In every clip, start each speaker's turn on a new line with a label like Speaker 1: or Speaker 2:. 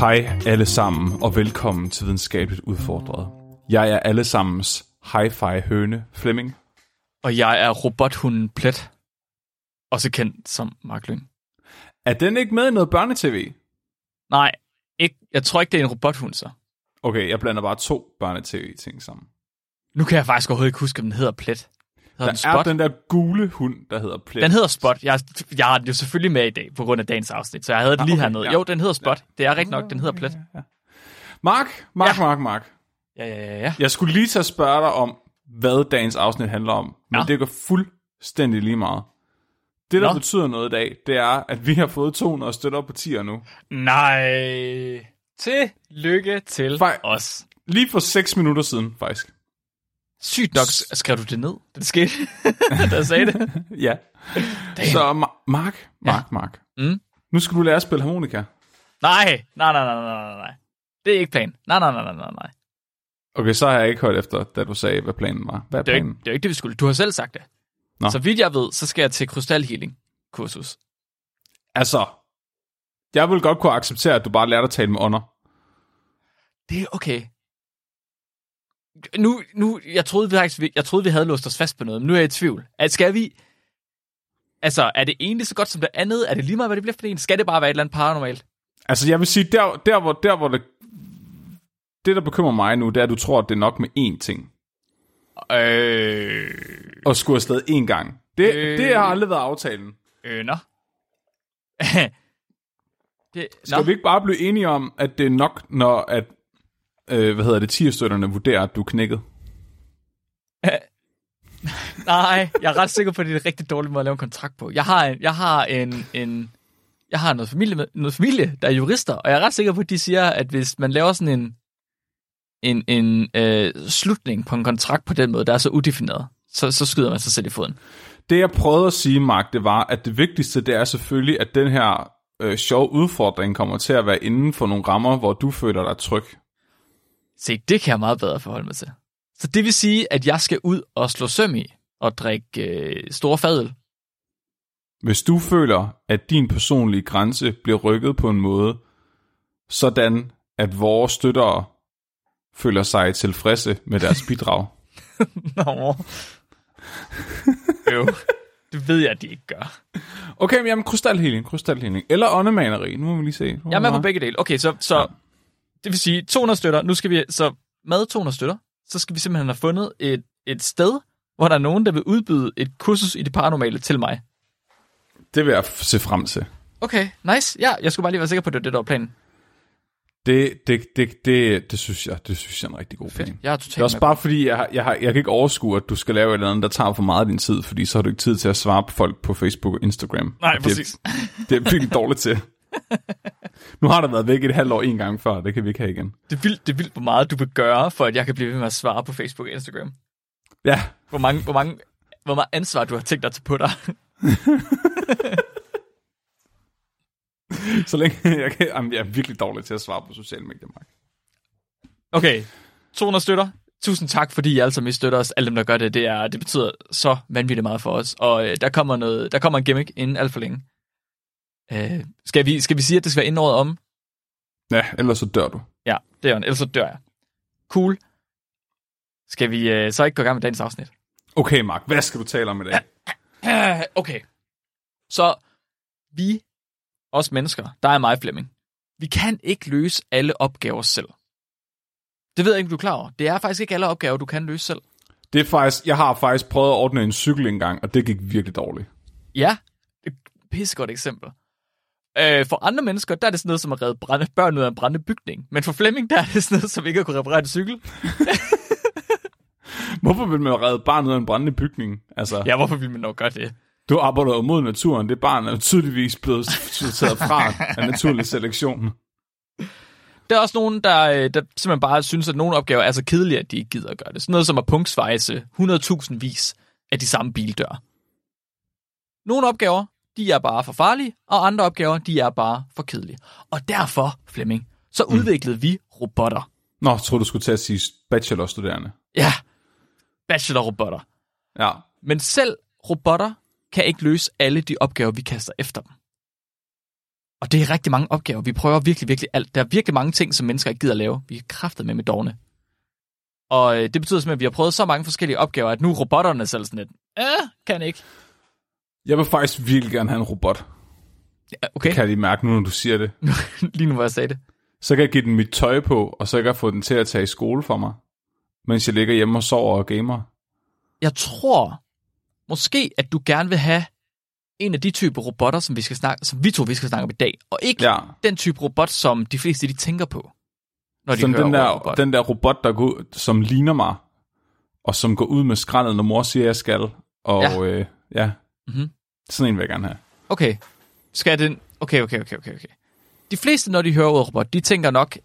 Speaker 1: Hej alle sammen, og velkommen til Videnskabeligt Udfordret. Jeg er allesammens hi-fi høne Flemming.
Speaker 2: Og jeg er robothunden Plet. Også kendt som Mark Lyng.
Speaker 1: Er den ikke med i noget børnetv?
Speaker 2: Nej, ikke, jeg tror ikke, det er en robothund så.
Speaker 1: Okay, jeg blander bare to børnetv-ting sammen.
Speaker 2: Nu kan jeg faktisk overhovedet ikke huske, om den hedder Plet.
Speaker 1: Der
Speaker 2: Hedder den
Speaker 1: er
Speaker 2: Spot? Den,
Speaker 1: den der gule hund, der hedder Plet.
Speaker 2: den hedder Spot. Jeg, jeg har den jo selvfølgelig med i dag, på grund af dagens afsnit, så jeg havde den
Speaker 1: Ah,
Speaker 2: lige
Speaker 1: okay,
Speaker 2: hernede.
Speaker 1: ja.
Speaker 2: Jo, den hedder Spot. Det er rigtigt nok, den hedder Plet.
Speaker 1: Mark, Mark, ja.
Speaker 2: Ja.
Speaker 1: Mark, Mark.
Speaker 2: Ja, ja, ja, ja.
Speaker 1: Jeg skulle lige tage spørge dig om, hvad dagens afsnit handler om, men ja.
Speaker 2: Ja.
Speaker 1: det går fuldstændig lige meget. Det, der Nå.
Speaker 2: Nå.
Speaker 1: betyder noget i dag, det er, at vi har fået 200 støtter på 10'er nu.
Speaker 2: Nej. Tillykke til
Speaker 1: Fej-
Speaker 2: os.
Speaker 1: Lige for 6 minutter siden, faktisk.
Speaker 2: Sygt nok s- skrev du det ned. Det skete, da jeg sagde det.
Speaker 1: Ja. Så Ma- Mark, Mark, ja. Mark.
Speaker 2: Mm.
Speaker 1: Nu skal du lære at spille harmonika.
Speaker 2: Nej, nej, nej, nej, nej, nej, nej. Det er ikke planen. Nej, nej, nej, nej, nej, nej.
Speaker 1: Okay, så har jeg ikke hørt efter, da du sagde, hvad planen var. Hvad er
Speaker 2: Det er, jo ikke,
Speaker 1: planen?
Speaker 2: det er jo ikke det, vi skulle. Du har selv sagt det.
Speaker 1: Nå.
Speaker 2: Nå. Så vidt jeg ved, så skal jeg til krystalhealing-kursus.
Speaker 1: Altså, jeg vil godt kunne acceptere, at du bare lærte at tale med ånder.
Speaker 2: Det er okay. Nu, nu, jeg troede vi faktisk, vi- jeg troede, vi havde låst os fast på noget, men nu er jeg i tvivl. At skal vi... Altså, er det egentlig så godt som det andet? Er det lige meget, hvad det bliver for en? Skal det bare være et eller andet paranormalt?
Speaker 1: Altså, jeg vil sige, der, der hvor, der, hvor det, det, der bekymrer mig nu, det er, at du tror, at det er nok med én ting.
Speaker 2: Øh...
Speaker 1: Og skulle afsted én gang. Det, øh.
Speaker 2: Øh.
Speaker 1: det har aldrig været aftalen.
Speaker 2: Øh, nå. det,
Speaker 1: Skal vi ikke bare blive enige om, at det er nok, når at, øh, hvad hedder det, 10'er vurderer, at du er knækket?
Speaker 2: Nej, jeg er ret sikker på, at det er et rigtig dårligt måde at lave en kontrakt på. Jeg har, en, jeg har, en, en, jeg har noget, familie med, noget familie, der er jurister, og jeg er ret sikker på, at de siger, at hvis man laver sådan en, en, en øh, slutning på en kontrakt på den måde, der er så udefineret, så, så skyder man sig selv i foden.
Speaker 1: Det jeg prøvede at sige, Mark, det var, at det vigtigste, det er selvfølgelig, at den her øh, sjove udfordring kommer til at være inden for nogle rammer, hvor du føler dig tryg.
Speaker 2: Se, det kan jeg meget bedre forholde mig til. Så det vil sige, at jeg skal ud og slå søm i og drikke øh, store fadøl.
Speaker 1: Hvis du føler, at din personlige grænse bliver rykket på en måde, sådan at vores støttere føler sig tilfredse med deres bidrag.
Speaker 2: Nå. Øv. Det ved jeg, at de ikke gør.
Speaker 1: Okay, men jamen krystalhealing, krystalhealing. Eller åndemaneri, nu må vi lige se. Nu
Speaker 2: Jeg er med
Speaker 1: vi-
Speaker 2: på begge dele. Okay, så, så
Speaker 1: Ja.
Speaker 2: det vil sige 200 støtter. Nu skal vi, så med 200 støtter, så skal vi simpelthen have fundet et, et sted, hvor der er nogen, der vil udbyde et kursus i det paranormale til mig.
Speaker 1: Det vil jeg f- se frem til.
Speaker 2: Okay, nice. Ja, jeg skulle bare lige være sikker på, at det var det, der var planen.
Speaker 1: Det, det, det, det, det, synes jeg, det synes jeg er en rigtig god plan.
Speaker 2: Jeg er
Speaker 1: Det er
Speaker 2: totalt
Speaker 1: også
Speaker 2: med.
Speaker 1: bare fordi, jeg, har- jeg, har, jeg kan ikke overskue, at du skal lave et eller andet, der tager for meget af din tid, fordi så har du ikke tid til at svare på folk på Facebook og Instagram.
Speaker 2: Nej,
Speaker 1: Og
Speaker 2: præcis.
Speaker 1: Det er, det er jeg virkelig dårligt til. Nu har der været væk et halvt år en gang før, det kan vi ikke have igen.
Speaker 2: Det er, vildt, det er vildt, hvor meget du vil gøre, for at jeg kan blive ved med at svare på Facebook og Instagram.
Speaker 1: Ja,
Speaker 2: Hvor, mange, hvor, mange, hvor meget ansvar du har tænkt dig til på dig.
Speaker 1: så længe jeg, kan, jamen, jeg er virkelig dårlig til at svare på sociale medier, Mark.
Speaker 2: Okay, 200 støtter. Tusind tak, fordi I alle sammen I støtter os. Alle dem, der gør det, det, er, det betyder så vanvittigt meget for os. Og øh, der, kommer noget, der kommer en gimmick inden alt for længe. Øh, skal, vi, skal vi sige, at det skal være inden året om?
Speaker 1: Ja, ellers så dør du.
Speaker 2: Ja, det er den. Ellers så dør jeg. Cool. Skal vi øh, så ikke gå i gang med dagens afsnit?
Speaker 1: Okay, Mark, hvad skal du tale om i dag?
Speaker 2: Øh, okay. Så vi, os mennesker, der er mig Flemming, vi kan ikke løse alle opgaver selv. Det ved jeg ikke, om du er klar over. Det er faktisk ikke alle opgaver, du kan løse selv.
Speaker 1: Det er faktisk, jeg har faktisk prøvet at ordne en cykel engang, og det gik virkelig dårligt.
Speaker 2: Ja, det er et pissegodt eksempel. Øh, for andre mennesker, der er det sådan noget som at redde brænde, børn ud af en brændende bygning. Men for Flemming, der er det sådan noget som ikke at kunne reparere en cykel.
Speaker 1: Hvorfor vil man redde barnet ud af en brændende bygning? Altså,
Speaker 2: Ja, hvorfor ville man nok gøre det?
Speaker 1: Du arbejder mod naturen. Det barn er jo tydeligvis blevet sorteret fra af naturlig selektion.
Speaker 2: Der er også nogen, der, øh, der simpelthen bare synes, at nogle opgaver er så kedelige, at de ikke gider at gøre det. Sådan noget som at punktsvejse 100.000 vis af de samme bildør. Nogle opgaver, de er bare for farlige, og andre opgaver, de er bare for kedelige. Og derfor, Flemming, så udviklede vi robotter.
Speaker 1: Nå, jeg troede, du skulle til at sige bachelorstuderende.
Speaker 2: Ja, bachelorrobotter.
Speaker 1: Ja,
Speaker 2: Men selv robotter kan ikke løse alle de opgaver, vi kaster efter dem. Og det er rigtig mange opgaver. Vi prøver virkelig, virkelig alt. Der er virkelig mange ting, som mennesker ikke gider lave. Vi er kraftet med med dogne. Og øh, det betyder simpelthen, at vi har prøvet så mange forskellige opgaver, at nu er robotterne selv sådan lidt, øh, kan ikke.
Speaker 1: jeg vil faktisk virkelig gerne have en robot.
Speaker 2: Ja, okay,
Speaker 1: Kan jeg lige mærke nu, når du siger det.
Speaker 2: lige nu hvor jeg sagde det.
Speaker 1: Så kan jeg give den mit tøj på, og så kan jeg få den til at tage i skole for mig. Mens jeg ligger hjemme og sover og gamer.
Speaker 2: Jeg tror måske, at du gerne vil have en af de typer robotter, som vi, skal snakke, som vi to vi skal snakke om i dag, og ikke ja.
Speaker 1: Ja,
Speaker 2: den type robot, som de fleste de tænker på, når de
Speaker 1: Som
Speaker 2: hører
Speaker 1: den
Speaker 2: ordet
Speaker 1: der,
Speaker 2: robot.
Speaker 1: den der robot, der går ud, som ligner mig, og som går ud med skraldet, når mor siger, jeg skal. Og
Speaker 2: Ja.
Speaker 1: ja, øh, ja.
Speaker 2: Mhm.
Speaker 1: sådan en vil jeg gerne have.
Speaker 2: Okay. Skal den... Okay, okay, okay, okay, okay. De fleste, når de hører ordet robot, de tænker nok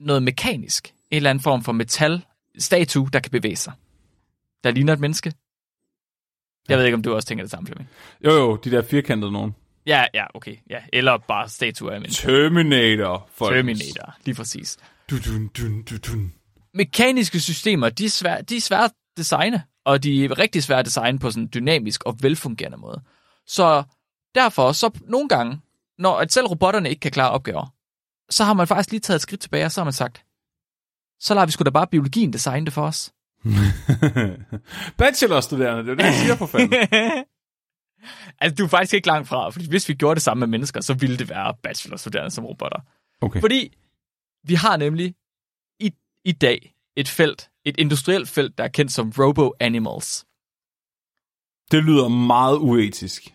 Speaker 2: noget mekanisk. En eller anden form for metal statue, der kan bevæge sig. Der ligner et menneske. Jeg ved ikke, om du også tænker det samme, Flemming.
Speaker 1: Jo jo, de der firkantede nogen.
Speaker 2: Ja, ja, okay. Ja. Eller bare statuer af mennesker.
Speaker 1: Terminator. Folkens.
Speaker 2: Terminator, lige præcis.
Speaker 1: Du, dun, dun, du, dun.
Speaker 2: Mekaniske systemer, de er svære, de er svære at designe, og de er rigtig svære at designe på sådan en dynamisk og velfungerende måde. Så derfor, så nogle gange, når at selv robotterne ikke kan klare opgaver, så har man faktisk lige taget et skridt tilbage, og så har man sagt, så lader vi sgu da bare biologien designe det for os.
Speaker 1: Bachelorstuderende, det er det, jeg siger for fanden.
Speaker 2: altså, du er faktisk ikke langt fra, for hvis vi gjorde det samme med mennesker, så ville det være bachelorstuderende som robotter.
Speaker 1: Okay.
Speaker 2: Fordi vi har nemlig i, i dag et felt, et industrielt felt, der er kendt som robo-animals.
Speaker 1: Det lyder meget uetisk.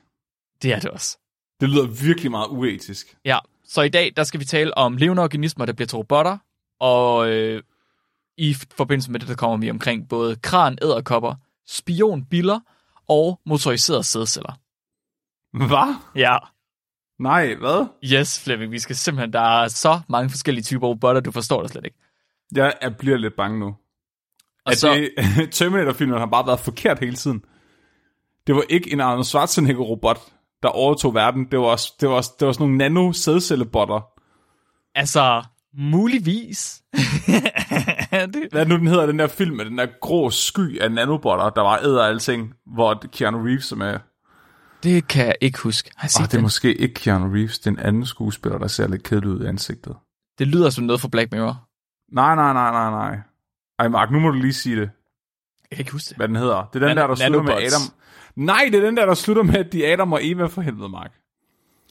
Speaker 2: Det er det også.
Speaker 1: Det lyder virkelig meget uetisk.
Speaker 2: Ja, så i dag der skal vi tale om levende organismer, der bliver til robotter, og øh, i f- forbindelse med det, der kommer vi omkring både kran, æderkopper, spionbiller og motoriserede sædceller.
Speaker 1: Hvad?
Speaker 2: Ja.
Speaker 1: Nej, hvad?
Speaker 2: Yes, Flemming, vi skal simpelthen, der er så mange forskellige typer robotter, du forstår det slet ikke.
Speaker 1: Jeg, jeg bliver lidt bange nu.
Speaker 2: Og
Speaker 1: at
Speaker 2: så,
Speaker 1: så... Terminator-filmen har bare været forkert hele tiden. Det var ikke en Arnold Schwarzenegger-robot, der overtog verden. Det var, også, det var, også, det var sådan nogle nano-sædcellebotter.
Speaker 2: altså, muligvis. det,
Speaker 1: Hvad er det nu den hedder, den der film med den der grå sky af nanobotter, der var æder alting, hvor Keanu Reeves er med.
Speaker 2: det kan jeg ikke huske. Har jeg set
Speaker 1: Ah, det er
Speaker 2: den?
Speaker 1: måske ikke Keanu Reeves, det er en anden skuespiller, der ser lidt kedelig ud i ansigtet.
Speaker 2: Det lyder som noget fra Black Mirror.
Speaker 1: Nej, nej, nej, nej, nej. Ej, Mark, nu må du lige sige det,
Speaker 2: Jeg kan ikke huske det.
Speaker 1: hvad den hedder. Det er den
Speaker 2: Nan-
Speaker 1: der, der slutter med
Speaker 2: nanobots.
Speaker 1: Adam. Nej, det er den der, der slutter med, at de er Adam og Eva for helvede, Mark.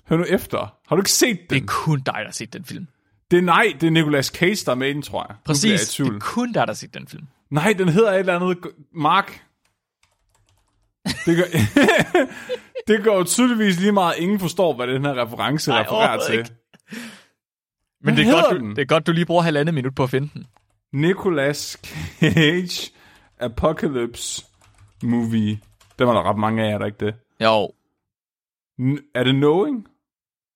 Speaker 1: Hør nu efter. Har du ikke set den?
Speaker 2: Det er kun dig, der har set den film.
Speaker 1: Det er nej, det er Nicolas Cage, der er med i den, tror jeg. Nu bliver jeg i
Speaker 2: Præcis. Det
Speaker 1: tvivl.
Speaker 2: er kun dig, der har set den film.
Speaker 1: Nej, den hedder et eller andet... Mark. Det gør, det gør jo tydeligvis lige meget, at ingen forstår, hvad den her reference
Speaker 2: Nej,
Speaker 1: Nej, refererer
Speaker 2: overhovedet
Speaker 1: til.
Speaker 2: ikke.
Speaker 1: Ikke.
Speaker 2: Men
Speaker 1: Hvad
Speaker 2: det er,
Speaker 1: hedder
Speaker 2: godt, du,
Speaker 1: den?
Speaker 2: det er godt, du lige bruger halvandet minut på at finde den.
Speaker 1: Nicolas Cage Apocalypse Movie. Den var der ret mange af jer, der ikke det?
Speaker 2: Jo.
Speaker 1: N- er det Knowing?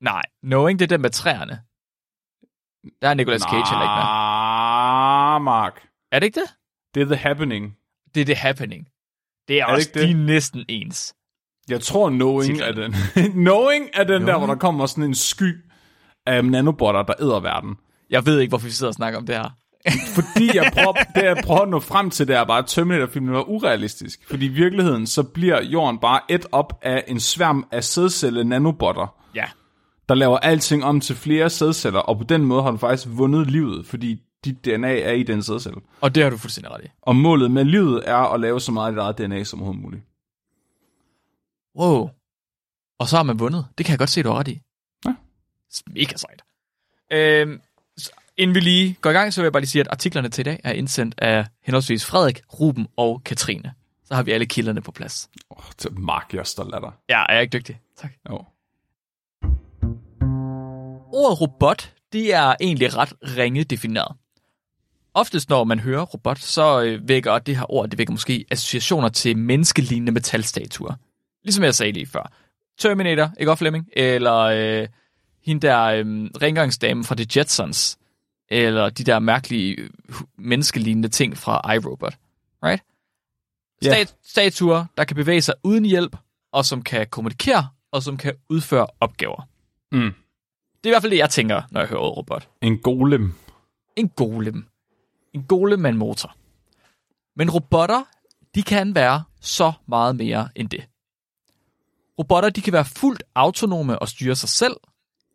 Speaker 2: Nej. Knowing, det er den med træerne. Der er Nicolas Cage heller ikke med.
Speaker 1: Nej, Mark.
Speaker 2: Er det ikke det?
Speaker 1: Det er The Happening.
Speaker 2: Det er The Happening. Det er, er
Speaker 1: det
Speaker 2: også,
Speaker 1: ikke
Speaker 2: det?
Speaker 1: det?
Speaker 2: de er næsten ens.
Speaker 1: Jeg tror, Knowing er den. knowing er den knowing? der, hvor der kommer sådan en sky af nanobotter, der æder verden.
Speaker 2: Jeg ved ikke, hvorfor vi sidder og snakker om det her.
Speaker 1: Fordi jeg prøver, det jeg prøver at nå frem til, det er bare, at Terminator-filmen var urealistisk. Fordi i virkeligheden, så bliver jorden bare et op af en sværm af sædcelle nanobotter,
Speaker 2: Ja.
Speaker 1: der laver alting om til flere sædceller, og på den måde har du faktisk vundet livet, fordi dit DNA er i den sædcelle.
Speaker 2: Og det har du fuldstændig ret i.
Speaker 1: Og målet med livet er at lave så meget af dit eget DNA som overhovedet muligt.
Speaker 2: Wow. Og så har man vundet. Det kan jeg godt se, du har ret i.
Speaker 1: Ja.
Speaker 2: Mega sejt. Øhm, så inden vi lige går i gang, så vil jeg bare lige sige, at artiklerne til i dag er indsendt af henholdsvis Frederik, Ruben og Katrine. Så har vi alle kilderne på plads.
Speaker 1: Åh, oh, Mark, jeg er stolt af dig.
Speaker 2: Ja, er jeg ikke dygtig? Tak.
Speaker 1: Jo.
Speaker 2: Ordet robot, det er egentlig ret ringe defineret. Oftest når man hører robot, så øh, vækker det her ord, det vækker måske associationer til menneskelignende metalstatuer. ligesom jeg sagde lige før, Terminator, ikke også Flemming? Eller øh, hende der øh, rengøringsdamen fra The Jetsons, eller de der mærkelige øh, hu- menneskelignende ting fra iRobot, right?
Speaker 1: Ja.
Speaker 2: Stat- Statuer, der kan bevæge sig uden hjælp, og som kan kommunikere, og som kan udføre opgaver.
Speaker 1: Mm.
Speaker 2: Det er i hvert fald det, jeg tænker, når jeg hører ordet robot.
Speaker 1: En golem.
Speaker 2: En golem. En golem med en motor. Men robotter, de kan være så meget mere end det. Robotter, de kan være fuldt autonome og styre sig selv,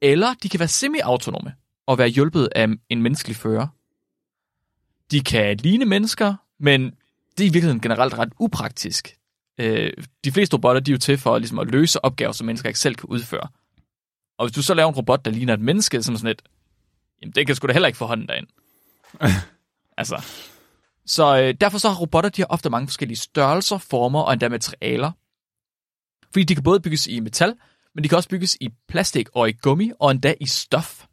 Speaker 2: eller de kan være semi-autonome og være hjulpet af en menneskelig fører. De kan ligne mennesker, men det er i virkeligheden generelt ret upraktisk. Øh, De fleste robotter, de er jo til for ligesom at løse opgaver, som mennesker ikke selv kan udføre. Og hvis du så laver en robot, der ligner et menneske, som sådan et, Jamen, den kan sgu da heller ikke få hånden derind. altså. Så øh, derfor så har robotter, de har ofte mange forskellige størrelser, former og endda materialer. Fordi de kan både bygges i metal, men de kan også bygges i plastik og i gummi og endda i stof.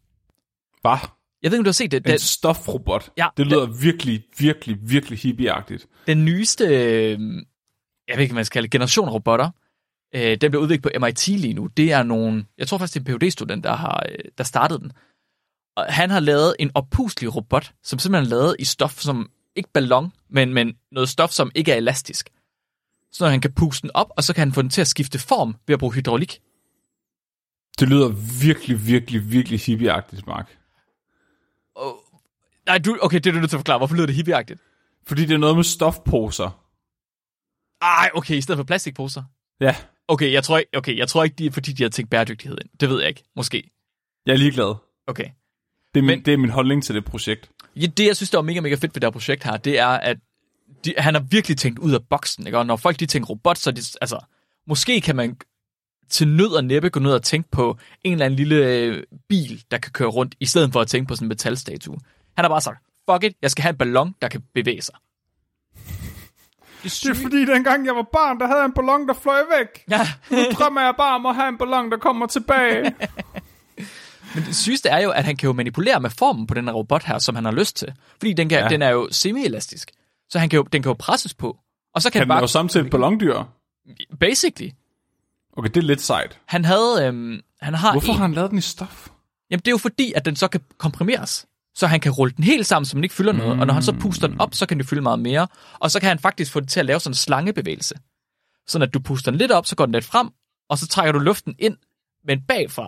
Speaker 1: Hvad?
Speaker 2: Jeg ved ikke, om du har set det.
Speaker 1: En
Speaker 2: Den,
Speaker 1: stofrobot.
Speaker 2: Ja,
Speaker 1: det lyder virkelig, virkelig, virkelig hippieagtigt.
Speaker 2: den nyeste, øh, jeg ved ikke, hvad man skal kalde det, generation af robotter, øh, den bliver udviklet på MIT lige nu. Det er nogle, jeg tror faktisk, det er en phd student der har øh, der startede den. Og han har lavet en oppustelig robot, som simpelthen er lavet i stof, som ikke ballon, men, men noget stof, som ikke er elastisk. Så han kan puste den op, og så kan han få den til at skifte form ved at bruge hydraulik.
Speaker 1: Det lyder virkelig, virkelig, virkelig hippieagtigt, Mark.
Speaker 2: Oh. Nej, du, okay, det er du nødt til at forklare. Hvorfor lyder det hippieagtigt?
Speaker 1: Fordi det er noget med stofposer.
Speaker 2: Ej, okay, i stedet for plastikposer.
Speaker 1: Ja,
Speaker 2: Okay, jeg tror, ikke- okay, jeg tror ikke, det er fordi, de har tænkt bæredygtighed ind. Det ved jeg ikke. Måske.
Speaker 1: jeg er ligeglad.
Speaker 2: Okay.
Speaker 1: Det er, min,
Speaker 2: Men-
Speaker 1: Men... det er min holdning til det projekt.
Speaker 2: Ja, det, jeg synes, der er mega, mega fedt ved det her projekt her, det er, at de, han har virkelig tænkt ud af boksen. Ikke? Og når folk de tænker robot, så er det, altså, måske kan man til nød og næppe gå ned og tænke på en eller anden lille øh, bil, der kan køre rundt, i stedet for at tænke på sådan en metalstatue. Han har bare sagt, fuck it, jeg skal have en ballon, der kan bevæge sig. Det
Speaker 1: Det er fordi, dengang jeg var barn, der havde jeg en ballon, der fløj væk.
Speaker 2: Ja,
Speaker 1: Nu drømmer jeg bare om at have en ballon, der kommer tilbage.
Speaker 2: men det sygeste er jo, at han kan jo manipulere med formen på den her robot her, som han har lyst til. Fordi den, kan, ja.
Speaker 1: Ja.
Speaker 2: den er jo semi-elastisk. Så han kan jo, den kan jo presses på. Og så kan,
Speaker 1: kan den
Speaker 2: bare...
Speaker 1: lave samtidig et ballondyr?
Speaker 2: Basically.
Speaker 1: Okay, det er lidt sejt.
Speaker 2: Han havde, øhm, han har
Speaker 1: Hvorfor
Speaker 2: en,
Speaker 1: har han lavet den i stof?
Speaker 2: Jamen det er jo fordi, at den så kan komprimeres. Så han kan rulle den helt sammen, så den ikke fylder noget. Og når han så puster den op, så kan det fylde meget mere. Og så kan han faktisk få det til at lave sådan en slangebevægelse. Sådan at du puster den lidt op, så går den lidt frem, og så trækker du luften ind, men bagfra.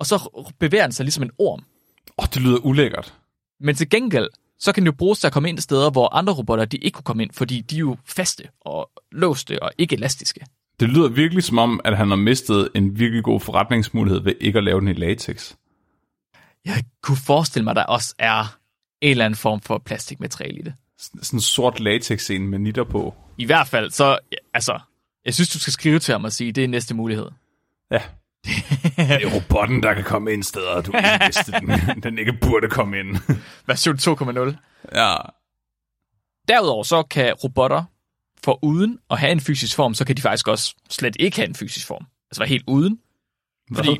Speaker 2: Og så r- bevæger den sig ligesom en orm.
Speaker 1: Åh, oh, det lyder ulækkert.
Speaker 2: Men til gengæld, så kan den jo bruges til at komme ind steder, hvor andre robotter de ikke kunne komme ind, fordi de er jo faste og låste og ikke elastiske.
Speaker 1: Det lyder virkelig som om, at han har mistet en virkelig god forretningsmulighed ved ikke at lave den i latex.
Speaker 2: Jeg kunne forestille mig, at der også er en eller anden form for plastikmateriale i det.
Speaker 1: Sådan sådan en sort latex en med nitter på.
Speaker 2: I hvert fald, så, ja, altså, jeg synes, du skal skrive til ham og sige, det er næste mulighed.
Speaker 1: Ja. Det er robotten, der kan komme ind steder, og du ikke vidste, den, den ikke burde komme ind.
Speaker 2: Version 2.0.
Speaker 1: Ja.
Speaker 2: Derudover så kan robotter, for uden at have en fysisk form, så kan de faktisk også slet ikke have en fysisk form. Altså være helt uden. Fordi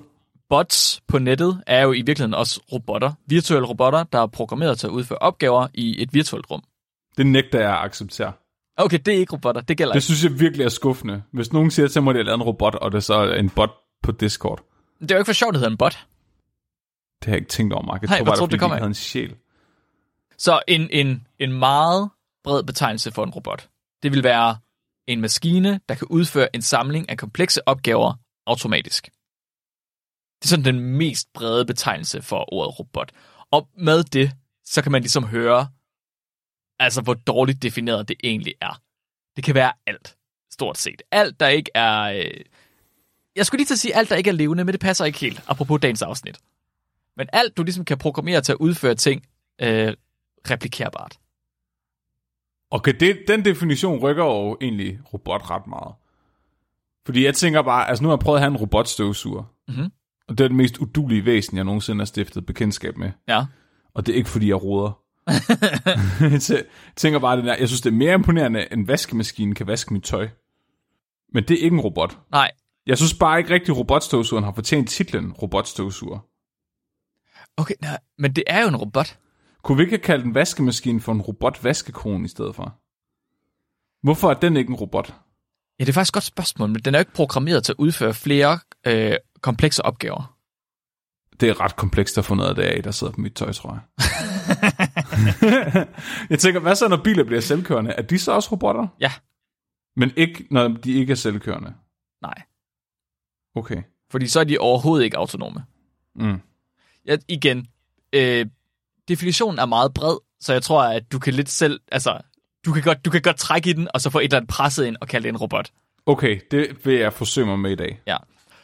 Speaker 2: bots på nettet er jo i virkeligheden også robotter. Virtuelle robotter, der er programmeret til at udføre opgaver i et virtuelt rum.
Speaker 1: Det nægter jeg at acceptere.
Speaker 2: Okay, det er ikke robotter. Det gælder
Speaker 1: Det synes jeg virkelig er skuffende. Hvis nogen siger til mig, at jeg har lavet en robot, og det er så er en bot på Discord.
Speaker 2: ikke. Det er jo ikke for sjovt, det hedder en bot.
Speaker 1: Det har jeg ikke tænkt over, Mark. Jeg
Speaker 2: Nej,
Speaker 1: tror
Speaker 2: hvor
Speaker 1: bare,
Speaker 2: tror du,
Speaker 1: det,
Speaker 2: det
Speaker 1: det
Speaker 2: kommer
Speaker 1: kommer havde en sjæl.
Speaker 2: Så en, en, en meget bred betegnelse for en robot, det vil være en maskine, der kan udføre en samling af komplekse opgaver automatisk. Det er sådan den mest brede betegnelse for ordet robot. Og med det, så kan man ligesom høre, altså hvor dårligt defineret det egentlig er. Det kan være alt, stort set. Alt, der ikke er... Øh... Jeg skulle lige til at sige, alt, der ikke er levende, men det passer ikke helt, apropos dagens afsnit. Men alt, du ligesom kan programmere til at udføre ting, øh, replikærbart.
Speaker 1: Okay, det, den definition rykker jo egentlig robot ret meget. Fordi jeg tænker bare, altså nu har jeg prøvet at have en robotstøvsuger.
Speaker 2: Mhm.
Speaker 1: Og det er det mest udulige væsen, jeg nogensinde har stiftet bekendtskab med.
Speaker 2: Ja.
Speaker 1: Og det er ikke, fordi jeg roder. jeg tænker bare, det der, jeg synes, det er mere imponerende, end vaskemaskinen kan vaske mit tøj. Men det er ikke en robot.
Speaker 2: Nej.
Speaker 1: Jeg synes bare ikke rigtig, robotstøvsugeren har fortjent titlen robotstøvsuger.
Speaker 2: Okay, nej, men det er jo en robot.
Speaker 1: Kunne vi ikke have kaldt en vaskemaskine for en robotvaskekron i stedet for? Hvorfor er den ikke en robot?
Speaker 2: Ja, det er faktisk et godt spørgsmål, men den er jo ikke programmeret til at udføre flere øh, komplekse opgaver.
Speaker 1: Det er ret komplekst at få noget af det af, der sidder på mit tøj, tror jeg. jeg tænker, hvad så når biler bliver selvkørende? Er de så også robotter?
Speaker 2: Ja.
Speaker 1: Men ikke, når de ikke er selvkørende?
Speaker 2: Nej,
Speaker 1: Okay.
Speaker 2: fordi så er de overhovedet ikke autonome.
Speaker 1: Mm.
Speaker 2: Ja, igen, øh, definitionen er meget bred, så jeg tror, at du kan lidt selv, altså, du kan godt, du kan godt trække i den, og så få et eller andet presset ind og kalde det en robot.
Speaker 1: Okay, det vil jeg forsøge mig med i dag.
Speaker 2: Ja.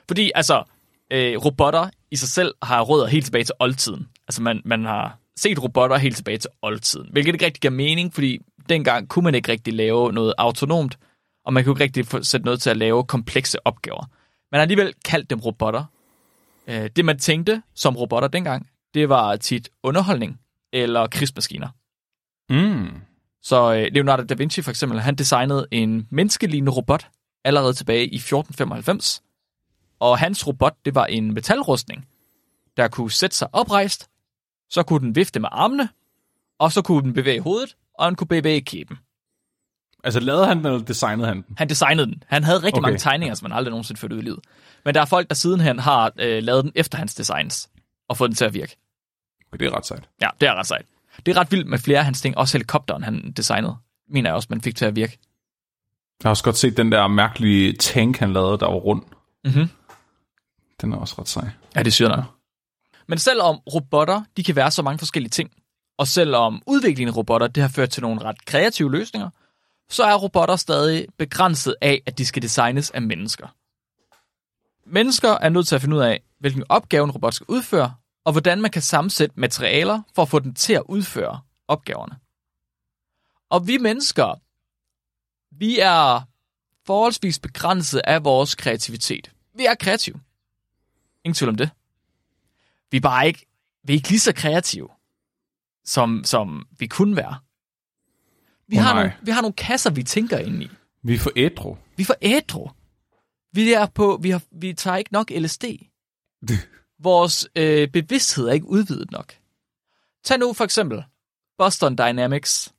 Speaker 2: Fordi altså, øh, robotter i sig selv har rødder helt tilbage til oldtiden. Altså man, man har set robotter helt tilbage til oldtiden, hvilket ikke rigtig giver mening, fordi dengang kunne man ikke rigtig lave noget autonomt, og man kunne ikke rigtig få, sætte noget til at lave komplekse opgaver. Man har alligevel kaldt dem robotter. Øh, det man tænkte som robotter dengang, det var tit underholdning eller krigsmaskiner.
Speaker 1: Mm.
Speaker 2: Så øh, Leonardo da Vinci for eksempel, han designede en menneskelignende robot allerede tilbage i 1495. Og hans robot, det var en metalrustning, der kunne sætte sig oprejst, så kunne den vifte med armene, og så kunne den bevæge hovedet, og den kunne bevæge kæben.
Speaker 1: Altså lavede han den, eller designede han den?
Speaker 2: Han designede den. Han havde rigtig okay.
Speaker 1: Okay.
Speaker 2: mange tegninger, som han aldrig nogensinde førte ud i livet. Men der er folk, der sidenhen har øh, lavet den efter hans designs, og fået den til at virke.
Speaker 1: Okay, det er ret sejt.
Speaker 2: Ja, det er ret sejt. Det er ret vildt med flere af hans ting, også helikopteren, han designede, mener jeg også, man fik til at virke.
Speaker 1: Jeg har også godt set den der mærkelige tank, han lavede, der var rund.
Speaker 2: Mhm.
Speaker 1: Den er også ret sej.
Speaker 2: Ja, det syrer nok. Men selvom robotter, de kan være så mange forskellige ting, og selvom udviklingen af robotter, det har ført til nogle ret kreative løsninger, så er robotter stadig begrænset af, at de skal designes af mennesker. Mennesker er nødt til at finde ud af, hvilken opgave en robot skal udføre, og hvordan man kan sammensætte materialer for at få den til at udføre opgaverne. Og vi mennesker, vi er forholdsvis begrænset af vores kreativitet. Vi er kreative. Ingen tvivl om det. Vi er bare ikke, vi er ikke lige så kreative, som, som vi kunne være. Vi,
Speaker 1: Åh,
Speaker 2: har
Speaker 1: nej.
Speaker 2: nogle, vi har nogle kasser, vi tænker ind i.
Speaker 1: Vi er for ædru.
Speaker 2: Vi er for ædru. Vi er på, vi, har, vi tager ikke nok LSD. Vores øh, bevidsthed er ikke udvidet nok. Tag nu for eksempel Boston Dynamics,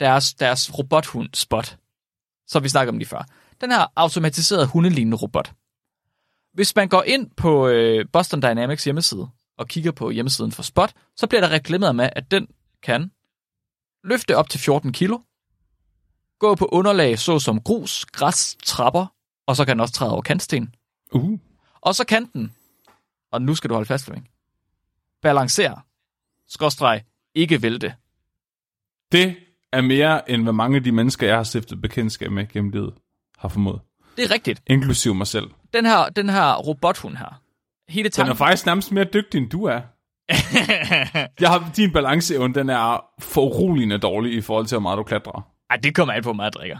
Speaker 2: deres, deres robothund Spot, som vi snakker om lige før. Den her automatiserede hundelignende robot. Hvis man går ind på øh, Boston Dynamics hjemmeside og kigger på hjemmesiden for Spot, så bliver der reklameret med, at den kan løfte op til 14 kilo, gå på underlag såsom grus, græs, trapper, og så kan den også træde over kantsten.
Speaker 1: Uh.
Speaker 2: Og så kan den, og nu skal du holde fast, Flemming, balancere, skråstreg, ikke vælte.
Speaker 1: Det er mere, end hvad mange af de mennesker, jeg har stiftet bekendtskab med gennem livet, har formået.
Speaker 2: Det er rigtigt.
Speaker 1: Inklusiv mig selv.
Speaker 2: Den her, den her robothund her, hele
Speaker 1: Den er
Speaker 2: tanken...
Speaker 1: faktisk nærmest mere dygtig, end du er. Jeg har, din balanceevne, den er foruroligende dårlig i forhold til, hvor meget du klatrer.
Speaker 2: Ej, det kommer an på, hvor meget jeg drikker.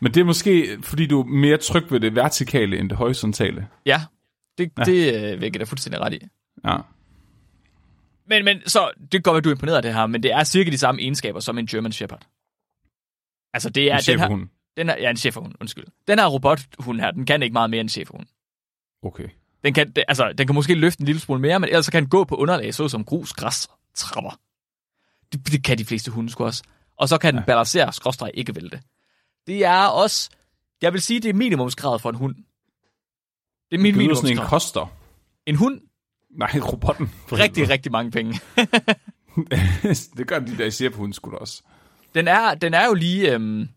Speaker 1: Men det er måske, fordi du er mere tryg ved det vertikale, end det horisontale.
Speaker 2: Ja, det, ja. det øh, vil jeg give dig fuldstændig ret i.
Speaker 1: Ja.
Speaker 2: Men, men så, det kan godt være, du er imponeret af det her, men det er cirka de samme egenskaber som en German Shepherd. Altså, det er...
Speaker 1: Ja,
Speaker 2: den her,
Speaker 1: hun.
Speaker 2: Den her, ja, en schæferhund, undskyld. Den her robothund her, den kan ikke meget mere end en schæferhund.
Speaker 1: Okay.
Speaker 2: Den kan, det- altså, den kan måske løfte en lille smule mere, men ellers så kan den gå på underlag, såsom grus, græs, trapper. Det, det kan de fleste hunde sgu også. Og så kan den balancere, skråstreg, ikke vælte. Det er også, jeg vil sige, det er minimumsgrad for en hund. Det er min
Speaker 1: Det lyder sådan en
Speaker 2: minimumsgrad.
Speaker 1: koster.
Speaker 2: En hund,
Speaker 1: Nej, robotten. For
Speaker 2: rigtig, rigtig mange penge.
Speaker 1: helvede. det gør de der siger på hundskud også.
Speaker 2: Den er, den er jo lige, øhm,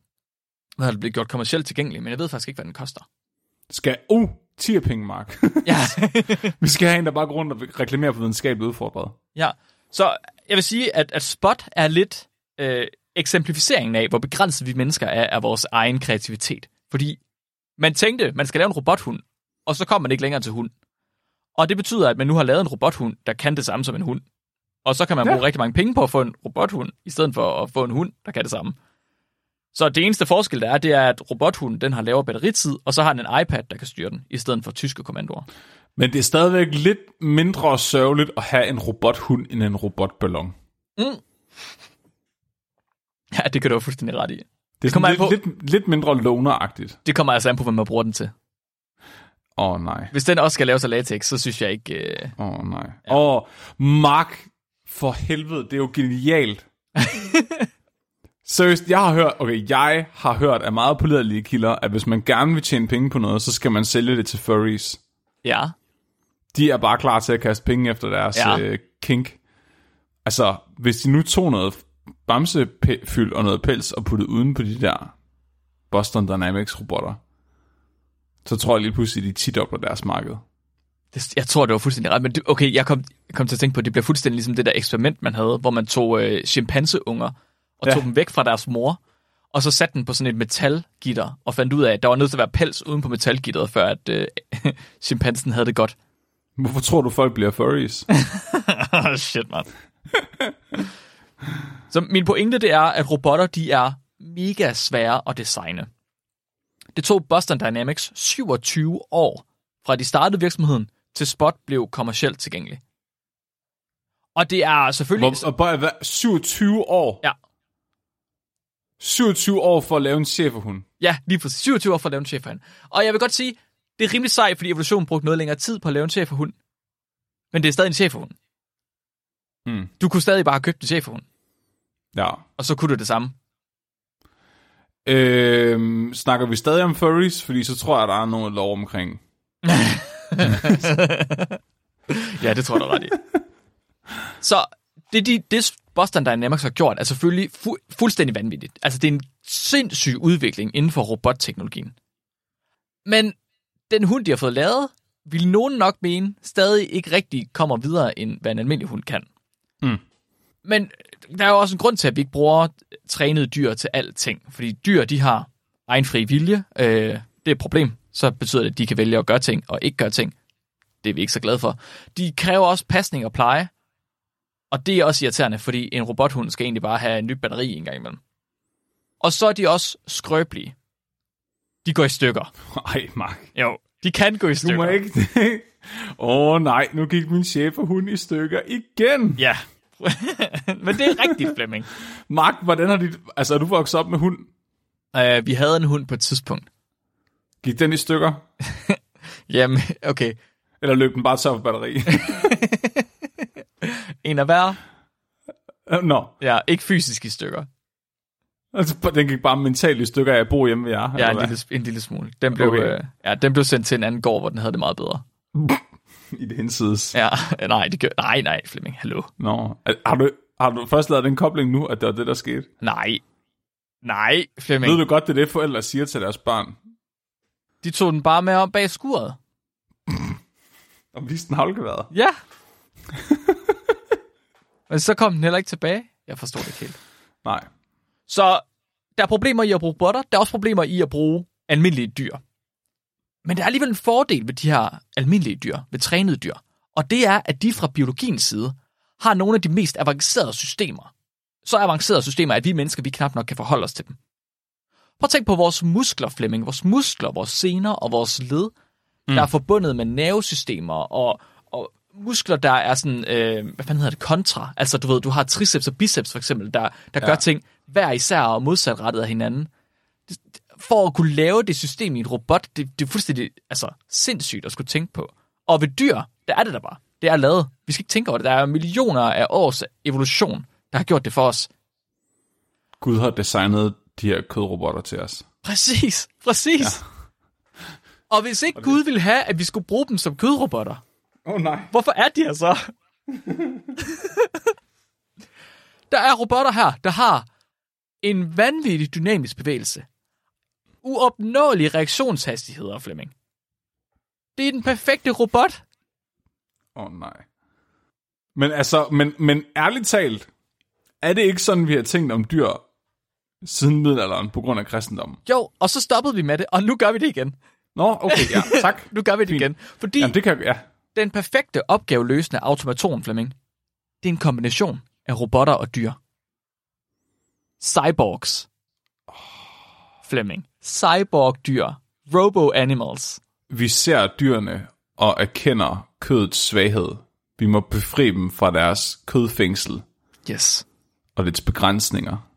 Speaker 2: hvad har det blevet gjort kommercielt tilgængelig, men jeg ved faktisk ikke, hvad den koster.
Speaker 1: Skal, uh, tierpenge, Mark.
Speaker 2: Ja.
Speaker 1: Vi skal have en, der bare går rundt og reklamerer på videnskabeligt udfordret.
Speaker 2: Ja, så jeg vil sige, at, at spot er lidt øh, eksemplificeringen af, hvor begrænset vi mennesker er af vores egen kreativitet. Fordi man tænkte, man skal lave en robothund, og så kom man ikke længere til hund. Og det betyder, at man nu har lavet en robothund, der kan det samme som en hund. Og så kan man
Speaker 1: Ja.
Speaker 2: ja. bruge rigtig mange penge på at få en robothund, i stedet for at få en hund, der kan det samme. Så det eneste forskel, der er, det er, at robothunden den har lavere batteritid, og så har den en iPad, der kan styre den, i stedet for tyske kommandoer.
Speaker 1: Men det er stadigvæk lidt mindre sørgeligt at have en robothund end en robotballon.
Speaker 2: Ja, det kan du have fuldstændig ret i.
Speaker 1: Det er
Speaker 2: kommer
Speaker 1: sådan
Speaker 2: an
Speaker 1: lidt, lidt, lidt mindre loneragtigt.
Speaker 2: Det kommer altså an på, hvad man bruger den til.
Speaker 1: Åh oh, nej,
Speaker 2: Hvis den også skal laves af latex, så synes jeg ikke... Øh...
Speaker 1: åh oh, nej. Åh, oh, Mark, for helvede, det er jo genialt. Seriøst, jeg har hørt, okay, jeg har hørt af meget pålidelige kilder, at hvis man gerne vil tjene penge på noget, så skal man sælge det til furries.
Speaker 2: Ja.
Speaker 1: De er bare klar til at kaste penge efter deres
Speaker 2: Ja.
Speaker 1: ja. øh, kink. Altså, hvis de nu tog noget bamsefyld og noget pels og puttede uden på de der Boston Dynamics-robotter, så tror jeg lige pludselig, de tidobler deres marked.
Speaker 2: Det, jeg tror, det var fuldstændig ret, men det, okay, jeg kom, jeg kom til at tænke på, at det bliver fuldstændig ligesom det der eksperiment, man havde, hvor man tog øh, chimpanseunger og
Speaker 1: Ja.
Speaker 2: tog dem væk fra deres mor, og så satte den på sådan et metalgitter, og fandt ud af, at der var nødt til at være pels uden på metalgitteret, før at øh, chimpansen havde det godt.
Speaker 1: Hvorfor tror du, folk bliver furries?
Speaker 2: Ah, Shit, mand. så min pointe, det er, at robotter, de er mega svære at designe. Det tog Boston Dynamics 27 år, fra de startede virksomheden, til Spot blev kommercielt tilgængelig. Og det er selvfølgelig...
Speaker 1: Hvor, og bare, hvad, 27 år?
Speaker 2: Ja.
Speaker 1: 27 år for at lave en cheferhund.
Speaker 2: Ja, lige præcis. 27 år for at lave en chefhund. Og jeg vil godt sige, det er rimelig sejt, fordi evolutionen brugte noget længere tid på at lave en chefhund. Men det er stadig en chefhund.
Speaker 1: Mm.
Speaker 2: Du kunne stadig bare have købt en chefhund,
Speaker 1: Ja.
Speaker 2: og så kunne du det samme.
Speaker 1: Øhm, snakker vi stadig om furries? Fordi så tror jeg, der er nogle lov omkring.
Speaker 2: Ja, det tror jeg, du har ret i. Så det, de, det Boston Dynamics har gjort, er selvfølgelig fu- fuldstændig vanvittigt. Altså, det er en sindssyg udvikling inden for robotteknologien. Men den hund, de har fået lavet, vil nogen nok mene, stadig ikke rigtig kommer videre, end hvad en almindelig hund kan.
Speaker 1: Mm.
Speaker 2: Men der er jo også en grund til, at vi ikke bruger trænede dyr til alting. Fordi dyr, de har egen fri vilje. Øh, det er et problem. Så betyder det, at de kan vælge at gøre ting og ikke gøre ting. Det er vi ikke så glade for. De kræver også pasning og pleje. Og det er også irriterende, fordi en robothund skal egentlig bare have en ny batteri en gang imellem. Og så er de også skrøbelige. De går i stykker.
Speaker 1: Ej, Mark.
Speaker 2: Jo, de kan gå i
Speaker 1: Du
Speaker 2: stykker.
Speaker 1: må ikke... Åh oh, nej, nu gik min cheferhund i stykker igen.
Speaker 2: Ja. Men det er rigtigt, Flemming.
Speaker 1: Mark, hvordan har dit... Altså, er du vokset op med hund?
Speaker 2: Uh, vi havde en hund på et tidspunkt.
Speaker 1: Gik den i stykker?
Speaker 2: Jamen, okay.
Speaker 1: Eller løb den bare tør for batteri?
Speaker 2: En af hver.
Speaker 1: Nå,
Speaker 2: Ja, ikke fysisk i stykker.
Speaker 1: altså, den gik bare mentalt i stykker, af at jeg bor hjemme ved jer. eller
Speaker 2: Ja, en
Speaker 1: hvad?
Speaker 2: lille, en lille smule. Den blev,
Speaker 1: Okay.
Speaker 2: okay. øh, ja, den blev sendt til en anden gård, hvor den havde det meget bedre.
Speaker 1: I det hensides.
Speaker 2: Ja, nej, det gør, nej, nej, Flemming, hallo.
Speaker 1: Nå, er- har du, har du først lavet den kobling nu, at det var det, der skete?
Speaker 2: Nej. Nej,
Speaker 1: Men.
Speaker 2: Flemming.
Speaker 1: Ved du godt, det er det, forældre siger til deres børn?
Speaker 2: De tog den bare med om bag skuret.
Speaker 1: Om viste den havlgeværet?
Speaker 2: Ja. Men så kom den heller ikke tilbage. Jeg forstår det ikke helt.
Speaker 1: Nej.
Speaker 2: Så der er problemer i at bruge botter. Der er også problemer i at bruge almindelige dyr. Men der er alligevel en fordel ved de her almindelige dyr, ved trænede dyr. Og det er, at de fra biologiens side har nogle af de mest avancerede systemer. Så avancerede systemer, at vi mennesker, vi knap nok kan forholde os til dem. Prøv at tænk på vores muskler, Flemming. Vores muskler, vores sener og vores led, mm. der er forbundet med nervesystemer og, og muskler, der er sådan, øh, hvad fanden hedder det, kontra. Altså, du ved, du har triceps og biceps for eksempel, der, der ja. gør ting hver især og modsatrettet af hinanden. Det- For at kunne lave det system i en robot, det, det er fuldstændig altså, sindssygt at skulle tænke på. Og ved dyr, der er det der bare. Det er lavet. Vi skal ikke tænke over det. Der er millioner af års evolution, der har gjort det for os.
Speaker 1: Gud har designet de her kødrobotter til os.
Speaker 2: Præcis, præcis. Ja. Og hvis ikke Gud ville have, at vi skulle bruge dem som kødrobotter,
Speaker 1: Åh oh, nej.
Speaker 2: Hvorfor er de her så? der er robotter her, der har en vanvittig dynamisk bevægelse. Uopnåelige reaktionshastigheder, Flemming. Det er den perfekte robot.
Speaker 1: Åh oh, nej. Men altså, men, men ærligt talt, er det ikke sådan, vi har tænkt om dyr siden middelalderen på grund af kristendommen?
Speaker 2: Jo, og så stoppede vi med det, og nu gør vi det igen.
Speaker 1: Nå, okay, ja, tak.
Speaker 2: Nu gør vi det
Speaker 1: Fint.
Speaker 2: igen. Fordi
Speaker 1: Jamen, det kan ja.
Speaker 2: den perfekte opgaveløsende automaton, Flemming, det er en kombination af robotter og dyr. Cyborgs. Flemming. Cyborg-dyr. Robo-animals.
Speaker 1: Vi ser dyrene og erkender kødets svaghed. Vi må befri dem fra deres kødfængsel
Speaker 2: Yes.
Speaker 1: og dets begrænsninger.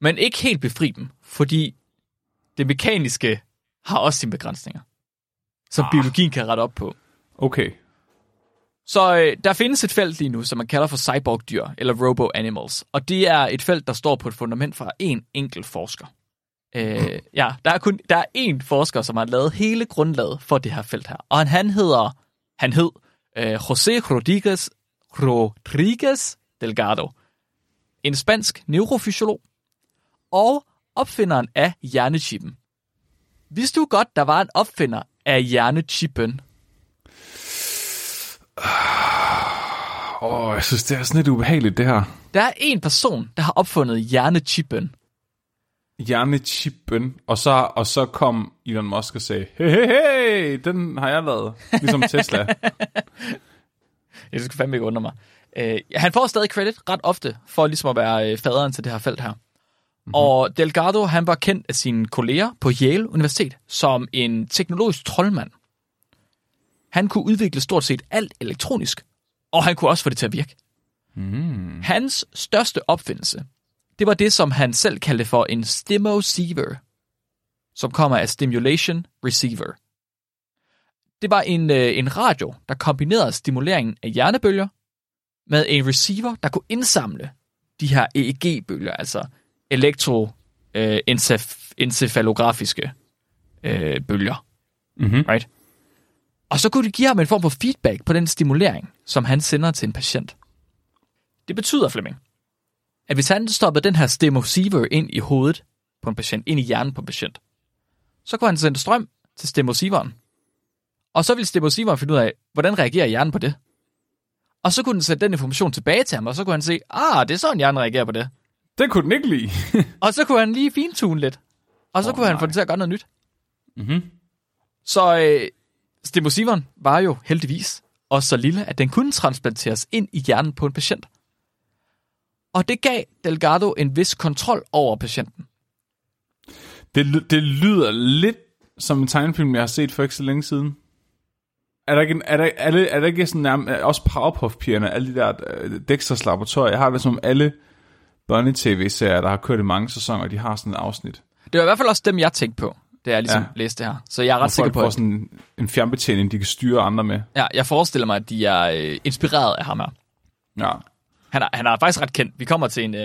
Speaker 2: Men ikke helt befri dem, fordi det mekaniske har også sine begrænsninger, som biologien kan rette op på.
Speaker 1: Okay.
Speaker 2: Så øh, der findes et felt lige nu, som man kalder for cyborgdyr, eller robo-animals. Og det er et felt, der står på et fundament fra en enkelt forsker. Øh, ja, der er kun der er én forsker, som har lavet hele grundlaget for det her felt her. Og han, han hedder, han hed øh, José Rodriguez, Rodriguez Delgado. En spansk neurofysiolog og opfinderen af hjernechippen. Vidste du godt, der var en opfinder af hjernechippen?
Speaker 1: Åh, oh, jeg synes, det er sådan lidt ubehageligt, det her.
Speaker 2: Der er en person, der har opfundet hjernechippen.
Speaker 1: Hjernechippen, og så, og så kom Elon Musk og sagde, hey, hey, hey, den har jeg lavet, ligesom Tesla.
Speaker 2: Jeg skulle fandme ikke undre mig. Øh, han får stadig credit ret ofte for ligesom at være øh, faderen til det her felt her. Mm-hmm. Og Delgado, han var kendt af sine kolleger på Yale Universitet som en teknologisk troldmand. Han kunne udvikle stort set alt elektronisk, og han kunne også få det til at virke. Mm. Hans største opfindelse, det var det, som han selv kaldte for en stimoceiver, som kommer af stimulation receiver. Det var en, øh, en radio, der kombinerede stimuleringen af hjernebølger med en receiver, der kunne indsamle de her EEG-bølger, altså øh, elektroencefalografiske øh, bølger,
Speaker 1: Mm-hmm.
Speaker 2: right? Og så kunne det give ham en form for feedback på den stimulering, som han sender til en patient. Det betyder, Flemming, at hvis han stoppede den her stemoceiver ind i hovedet på en patient, ind i hjernen på en patient, så kunne han sende strøm til stemoceiveren. Og så ville stemoceiveren finde ud af, hvordan reagerer hjernen på det. Og så kunne den sende den information tilbage til ham, og så kunne han se, ah, det er sådan, hjernen reagerer på det.
Speaker 1: Den kunne den ikke lide.
Speaker 2: Og så kunne han lige fintune lidt. Og så
Speaker 1: Åh,
Speaker 2: oh, kunne han
Speaker 1: nej.
Speaker 2: få det til at gøre noget nyt.
Speaker 1: mm-hmm.
Speaker 2: Så øh, stemosiveren var jo heldigvis også så lille, at den kunne transplanteres ind i hjernen på en patient. Og det gav Delgado en vis kontrol over patienten.
Speaker 1: det, ly- det lyder lidt som en tegnefilm, jeg har set for ikke så længe siden. Er der ikke, en- er der, er der, er der ikke sådan nærmest, også Powerpuff-pigerne, alle de der øh, Dexters laboratorier, jeg har det som alle børnetv-serier, der har kørt i mange sæsoner, de har sådan et afsnit.
Speaker 2: Det var i hvert fald også dem, jeg tænkte på, da jeg ligesom
Speaker 1: Ja.
Speaker 2: ja. læste det her. Så jeg er ret sikker
Speaker 1: Folk
Speaker 2: på,
Speaker 1: får
Speaker 2: at
Speaker 1: sådan en fjernbetjening, de kan styre andre med.
Speaker 2: ja, jeg forestiller mig, at de er øh, inspireret af ham her.
Speaker 1: Ja.
Speaker 2: Han er, han er faktisk ret kendt. Vi kommer til en, øh,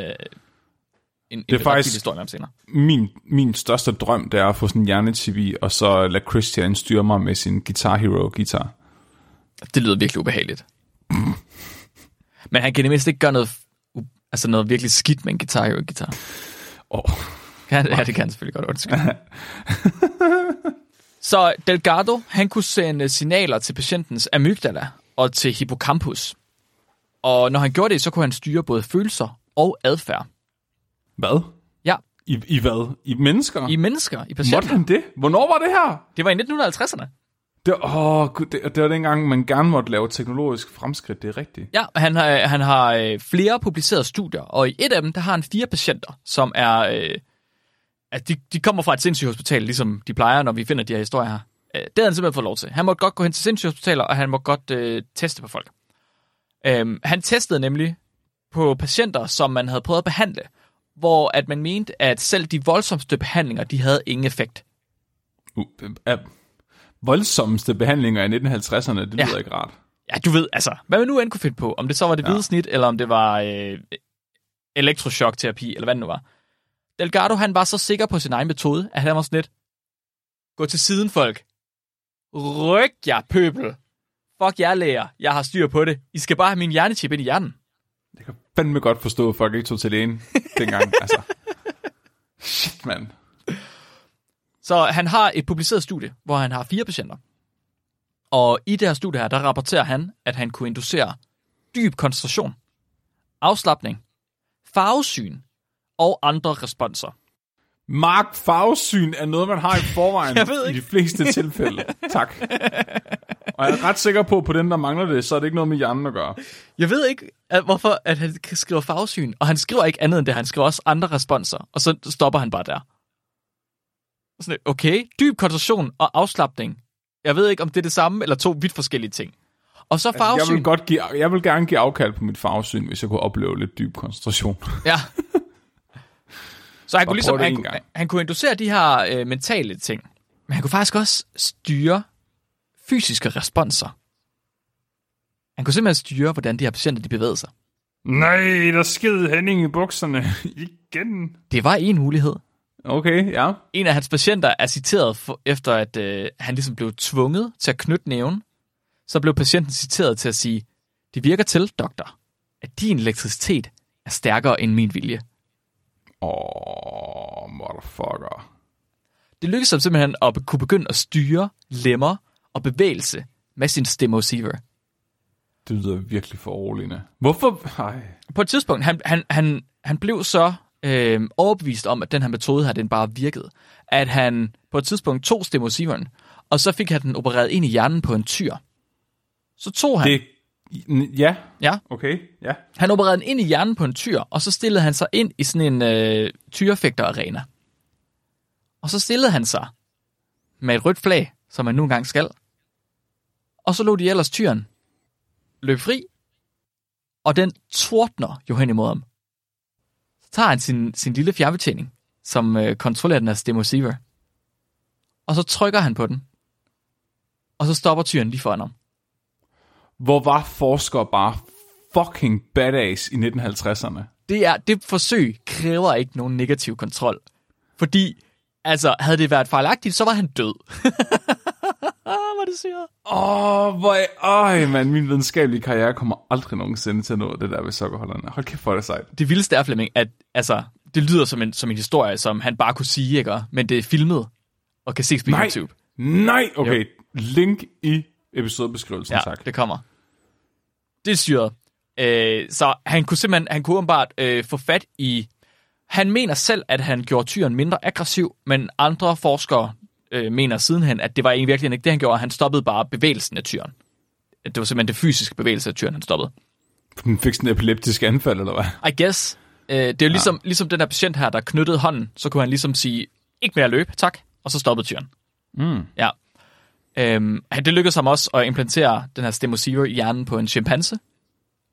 Speaker 2: en, en det
Speaker 1: faktisk-
Speaker 2: historie med ham senere.
Speaker 1: Min, min største drøm, det er at få sådan en hjernetip i, og så lade Christian styre mig med sin Guitar Hero-guitar.
Speaker 2: Det lyder virkelig ubehageligt. Men han kan i det mindste ikke gøre noget, u- altså noget virkelig skidt med en guitar hero guitar.
Speaker 1: Oh.
Speaker 2: Ja, det, ja, det kan han selvfølgelig godt undskyld. Så Delgado, han kunne sende øh, signaler til patientens amygdala og til hippocampus. Og når han gjorde det, så kunne han styre både følelser og adfærd.
Speaker 1: Hvad?
Speaker 2: Ja,
Speaker 1: I, I hvad? I mennesker?
Speaker 2: i mennesker, i
Speaker 1: Måtte
Speaker 2: patienter.
Speaker 1: han det? Hvornår var det her?
Speaker 2: Det var i 1950'erne.
Speaker 1: Det, åh, gud, det, det var dengang, man gerne måtte lave teknologisk fremskridt, det er rigtigt.
Speaker 2: Ja, han har, han har øh, flere publicerede studier, og i et af dem, der har han fire patienter, som er... Øh, at de, de kommer fra et sindssygehospital, ligesom de plejer, når vi finder de her historier her. Øh, det havde han simpelthen fået lov til. Han måtte godt gå hen til sindssygehospitaler, og han måtte godt øh, teste på folk. Øhm, han testede nemlig på patienter, som man havde prøvet at behandle, hvor at man mente, at selv de voldsomste behandlinger, de havde ingen effekt.
Speaker 1: Uh, uh, voldsomste behandlinger i 1950'erne, det
Speaker 2: Ja.
Speaker 1: lyder ikke rart.
Speaker 2: Ja, du ved, altså, hvad man nu end kunne finde på. Om det så var det hvide snit, eller om det var øh, elektroschokterapi, eller hvad det nu var. Delgado, han var så sikker på sin egen metode, at han var sådan lidt, gå til siden, folk. Ryk jer, pøbel. Fuck jer, læger. Jeg har styr på det. I skal bare have min hjernechip ind i hjernen.
Speaker 1: Jeg kan fandme godt forstå, at folk ikke tog til lægen dengang. altså. Shit, mand.
Speaker 2: Så han har et publiceret studie, hvor han har fire patienter. Og i det her studie her, der rapporterer han, at han kunne inducere dyb koncentration, afslappning, farvesyn og andre responser.
Speaker 1: Mark farvesyn er noget, man har i forvejen
Speaker 2: Jeg ved
Speaker 1: i
Speaker 2: ikke.
Speaker 1: de fleste tilfælde. Tak. Og jeg er ret sikker på, at på den, der mangler det, så er det ikke noget med hjernen at gøre.
Speaker 2: Jeg ved ikke, at hvorfor at han skriver farvesyn, og han skriver ikke andet end det, han skriver også andre responser, og så stopper han bare der. Sådan, lidt, okay, dyb koncentration og afslappning. Jeg ved ikke, om det er det samme, eller to vidt forskellige ting. Og så farvesyn.
Speaker 1: Altså, Jeg vil, godt give, jeg vil gerne give afkald på mit farvesyn, hvis jeg kunne opleve lidt dyb koncentration.
Speaker 2: Ja. Så han
Speaker 1: prøv
Speaker 2: kunne, ligesom,
Speaker 1: det en
Speaker 2: han,
Speaker 1: gang.
Speaker 2: han kunne inducere de her øh, mentale ting, men han kunne faktisk også styre fysiske responser. Han kunne simpelthen styre, hvordan de her patienter de bevægede sig.
Speaker 1: Nej, der sked Henning i bukserne. Igen.
Speaker 2: Det var en mulighed.
Speaker 1: Okay, ja.
Speaker 2: En af hans patienter er citeret for, efter, at øh, han ligesom blev tvunget til at knytte næven. Så blev patienten citeret til at sige, det virker til, doktor, at din elektricitet er stærkere end min vilje.
Speaker 1: Åh, oh, motherfucker.
Speaker 2: Det lykkedes ham simpelthen at be- kunne begynde at styre lemmer og bevægelse med sin stemoceiver.
Speaker 1: Det lyder virkelig foruroligende. Hvorfor? Ej.
Speaker 2: På et tidspunkt, han, han, han, han blev så øh, overbevist om, at den her metode her, den bare virkede. At han på et tidspunkt tog stemociveren, og så fik han den opereret ind i hjernen på en tyr. Så tog han, det...
Speaker 1: Det, ja,
Speaker 2: ja,
Speaker 1: okay, ja.
Speaker 2: han opererede den ind i hjernen på en tyr, og så stillede han sig ind i sådan en øh, tyrefægterarena. Og så stillede han sig med et rødt flag, som man nu engang skal. Og så lå de ellers tyren løb fri, og den tordner jo hen imod ham. Så tager han sin, sin lille fjernbetjening, som øh, kontrollerer den her stemoceiver, og så trykker han på den, og så stopper tyren lige foran ham.
Speaker 1: Hvor var forskere bare fucking badass i 1950'erne?
Speaker 2: det, er, det forsøg kræver ikke nogen negativ kontrol. Fordi, altså, havde det været fejlagtigt, så var han død. var det syret.
Speaker 1: Åh, oh, hvor øj, mand, min videnskabelige karriere kommer aldrig nogensinde til at nå det der ved sokkerholderne. Hold kæft, hvor er det sejt.
Speaker 2: Det vildeste er, Flemming, at altså, det lyder som en, som en historie, som han bare kunne sige, ikke? Og- Men det er filmet og kan ses på
Speaker 1: Nej.
Speaker 2: YouTube.
Speaker 1: Nej, okay. Jo. Link i episodebeskrivelsen, ja, tak.
Speaker 2: det kommer. Det er syret. Øh, så han kunne simpelthen, han kunne åbenbart øh, få fat i... Han mener selv, at han gjorde tyren mindre aggressiv, men andre forskere øh, mener sidenhen, at det var egentlig virkelig ikke det, han gjorde. Han stoppede bare bevægelsen af tyren. Det var simpelthen det fysiske bevægelse af tyren, han stoppede.
Speaker 1: Den fik sådan en epileptisk anfald, eller hvad?
Speaker 2: I guess. Øh, det er jo ligesom, ligesom den der patient her, der knyttede hånden, så kunne han ligesom sige, ikke mere løb, tak, og så stoppede tyren. Mm. Ja. Øhm, han- det lykkedes ham også at implantere den her stemoceiver i hjernen på en chimpanse,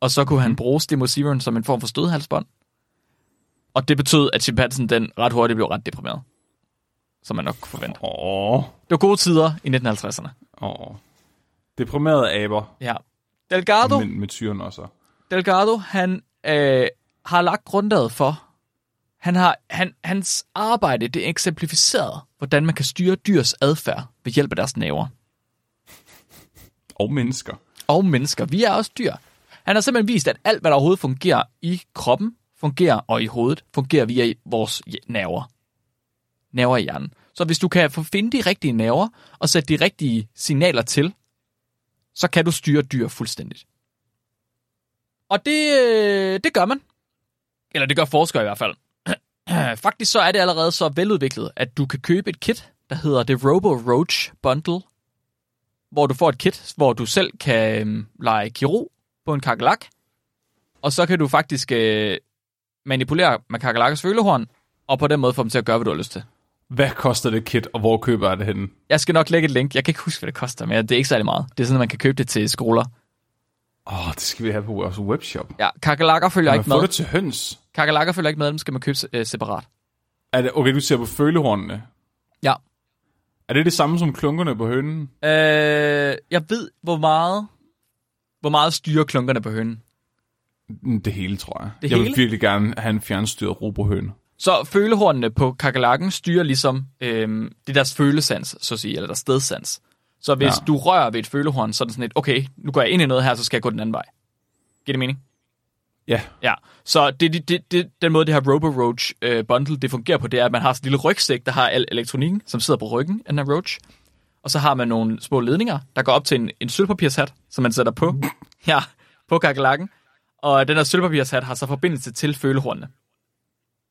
Speaker 2: og så kunne han bruge stemoceiveren som en form for stødhalsbånd. Og det betød, at chimpansen den ret hurtigt blev ret deprimeret. Som man nok kunne forvente.
Speaker 1: Åh,
Speaker 2: Det var gode tider i 1950'erne.
Speaker 1: åh. Deprimerede aber,
Speaker 2: Ja. Delgado,
Speaker 1: men med tyren også.
Speaker 2: Delgado, han øh, har lagt grundlaget for, han har, han, hans arbejde, det er eksemplificeret, hvordan man kan styre dyrs adfærd ved hjælp af deres næver.
Speaker 1: Og mennesker.
Speaker 2: Og mennesker, vi er også dyr. Han har simpelthen vist, at alt, hvad der overhovedet fungerer i kroppen, fungerer og i hovedet, fungerer via vores hj- nerver. Nerver i hjernen. Så hvis du kan få- finde de rigtige nerver og sætte de rigtige signaler til, så kan du styre dyr fuldstændigt. Og det, øh, det gør man. Eller det gør forskere i hvert fald. Faktisk så er det allerede så veludviklet, at du kan købe et kit, der hedder The Robo Roach Bundle, hvor du får et kit, hvor du selv kan øhm, lege kirurg på en kakelak, og så kan du faktisk øh, manipulere med kakelakkes følehorn, og på den måde få dem til at gøre, hvad du har lyst til.
Speaker 1: Hvad koster det kit, og hvor køber jeg det henne?
Speaker 2: Jeg skal nok lægge et link. Jeg kan ikke huske, hvad det koster, men det er ikke særlig meget. Det er sådan, at man kan købe det til skoler.
Speaker 1: Åh, oh, det skal vi have på vores webshop.
Speaker 2: Ja, kakelakker følger
Speaker 1: Man
Speaker 2: ikke
Speaker 1: får
Speaker 2: med.
Speaker 1: det til høns.
Speaker 2: Kakelakker følger ikke med, dem skal man købe øh, separat.
Speaker 1: Er det, okay, du ser på følehornene.
Speaker 2: Ja.
Speaker 1: Er det det samme som klunkerne på hønen?
Speaker 2: Øh, jeg ved, hvor meget, hvor meget styrer klunkerne på hønen.
Speaker 1: Mm, Det hele, tror jeg.
Speaker 2: Det
Speaker 1: jeg vil
Speaker 2: hele?
Speaker 1: virkelig gerne have en fjernstyret robohøne.
Speaker 2: Så følehornene på kakalakken styrer ligesom, øhm, det er deres følesans, så at sige, eller deres stedsans. Så hvis
Speaker 1: Ja.
Speaker 2: ja. du rører ved et følehorn, så er det sådan et, okay, nu går jeg ind i noget her, så skal jeg gå den anden vej. Giver det mening?
Speaker 1: Ja,
Speaker 2: Ja, så det, det, det, det, den måde, det her Roboroach øh, bundle det fungerer på, det er, at man har sådan en lille rygsæk, der har al elektronikken, som sidder på ryggen af den her roach. Og så har man nogle små ledninger, der går op til en, en sølvpapirshat, som man sætter på, ja, på kakelakken. Og den her sølvpapirshat har så forbindelse til følehornene.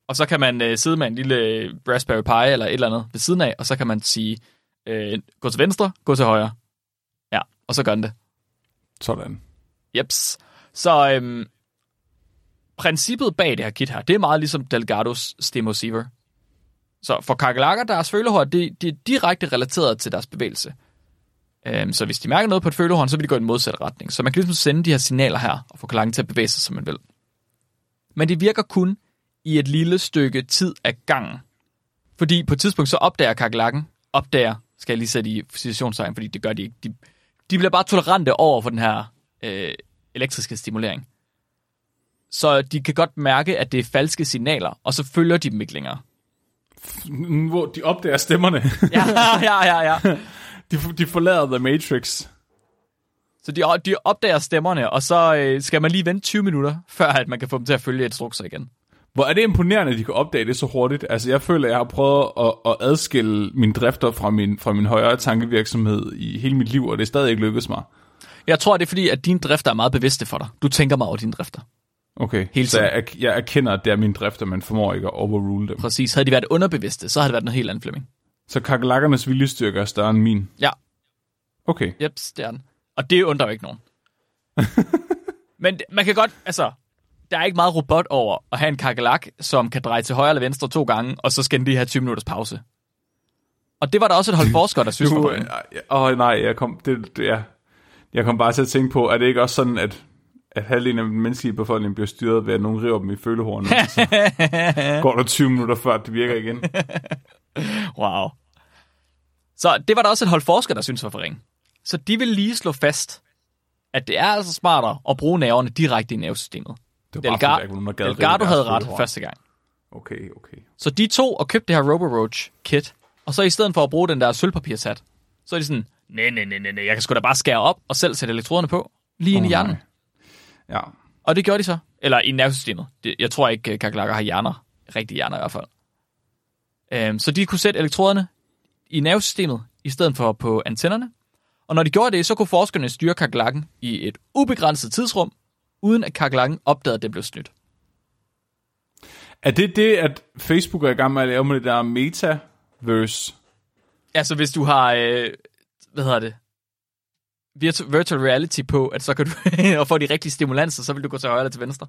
Speaker 2: Og så kan man øh, sidde med en lille øh, Raspberry Pi eller et eller andet ved siden af, og så kan man sige, øh, gå til venstre, gå til højre. Ja, og så gør den det.
Speaker 1: sådan.
Speaker 2: Jeps. Så øhm, princippet bag det her kit her, det er meget ligesom Delgados Stemoceiver. Så for kakelakker, deres følehorn, det, det er direkte relateret til deres bevægelse. Øhm, så hvis de mærker noget på et følehorn, så vil de gå i den modsatte retning. Så man kan ligesom sende de her signaler her, og få klangen til at bevæge sig, som man vil. Men det virker kun i et lille stykke tid ad gangen. Fordi på et tidspunkt, så opdager kakelakken, opdager, skal jeg lige sætte i situationstegn, fordi det gør de ikke. De, de bliver bare tolerante over for den her øh, elektriske stimulering. Så de kan godt mærke, at det er falske signaler, og så følger de dem ikke længere.
Speaker 1: Mm, Hvor de opdager stemmerne.
Speaker 2: Ja, ja, ja, ja.
Speaker 1: de, f- de forlader The Matrix.
Speaker 2: Så de, de opdager stemmerne, og så øh, skal man lige vente 20 minutter, før at man kan få dem til at følge instrukser igen.
Speaker 1: Hvor er det imponerende, at de kan opdage det så hurtigt. Altså, jeg føler, at jeg har prøvet at, at adskille mine drifter fra min, fra min højere tankevirksomhed i hele mit liv, og det er stadig ikke lykkedes mig.
Speaker 2: Jeg tror, det er fordi, at dine drifter er meget bevidste for dig. Du tænker meget over dine drifter.
Speaker 1: Okay,
Speaker 2: Hele
Speaker 1: så
Speaker 2: tiden.
Speaker 1: jeg, erk- jeg erkender, at det er mine drifter, men formår ikke at overrule dem.
Speaker 2: Præcis. Havde de været underbevidste, så havde det været noget helt andet, Flemming.
Speaker 1: Så kakalakkernes viljestyrke er større end min.
Speaker 2: Ja.
Speaker 1: Okay.
Speaker 2: Yep, det er den. Og det undrer jo ikke nogen. Men man kan godt, altså, der er ikke meget robot over at have en kakelak, som kan dreje til højre eller venstre to gange, og så skal den lige have 20 minutters pause. Og det var der også et hold forskere, der synes,
Speaker 1: Du,
Speaker 2: var
Speaker 1: øh,
Speaker 2: det.
Speaker 1: åh øh, nej, jeg kom, det, det, ja. jeg kom bare til at tænke på, er det ikke også sådan, at, at halvdelen af den menneskelige befolkning bliver styret ved, at nogen river dem i følehornene, og så går der 20 minutter før, det virker igen.
Speaker 2: Wow. Så det var der også et hold forskere, der synes var for ringe. Så de vil lige slå fast, at det er altså smartere at bruge nerverne direkte i nervesystemet.
Speaker 1: Det var bare, fordi der ikke var nogen, der gad
Speaker 2: Delgado,
Speaker 1: rive
Speaker 2: Delgado
Speaker 1: deres
Speaker 2: havde ret
Speaker 1: følehorn.
Speaker 2: første gang.
Speaker 1: Okay, okay.
Speaker 2: Så de tog og købte det her Roboroach kit, og så i stedet for at bruge den der sølvpapirshat, så er de sådan, nej, nej, nej, nej, nej, jeg kan sgu da bare skære op og selv sætte elektroderne på, lige ind i
Speaker 1: Åh,
Speaker 2: hjernen.
Speaker 1: nej. Ja,
Speaker 2: Og det gjorde de så. Eller i nervesystemet. Det- Jeg tror ikke, øh, kakelakker har hjerner. Rigtige hjerner i hvert fald. Øhm, så de kunne sætte elektroderne i nervesystemet, i stedet for på antennerne. Og når de gjorde det, så kunne forskerne styre kakelakken i et ubegrænset tidsrum, uden at kakelakken opdagede, at det blev snydt.
Speaker 1: er det det, at Facebook er i gang med at lave med det der metaverse?
Speaker 2: Altså, hvis du har, øh, hvad hedder det, virtu- virtual reality på, at så kan du, og får de rigtige stimulanser, så vil du gå til højre eller til venstre.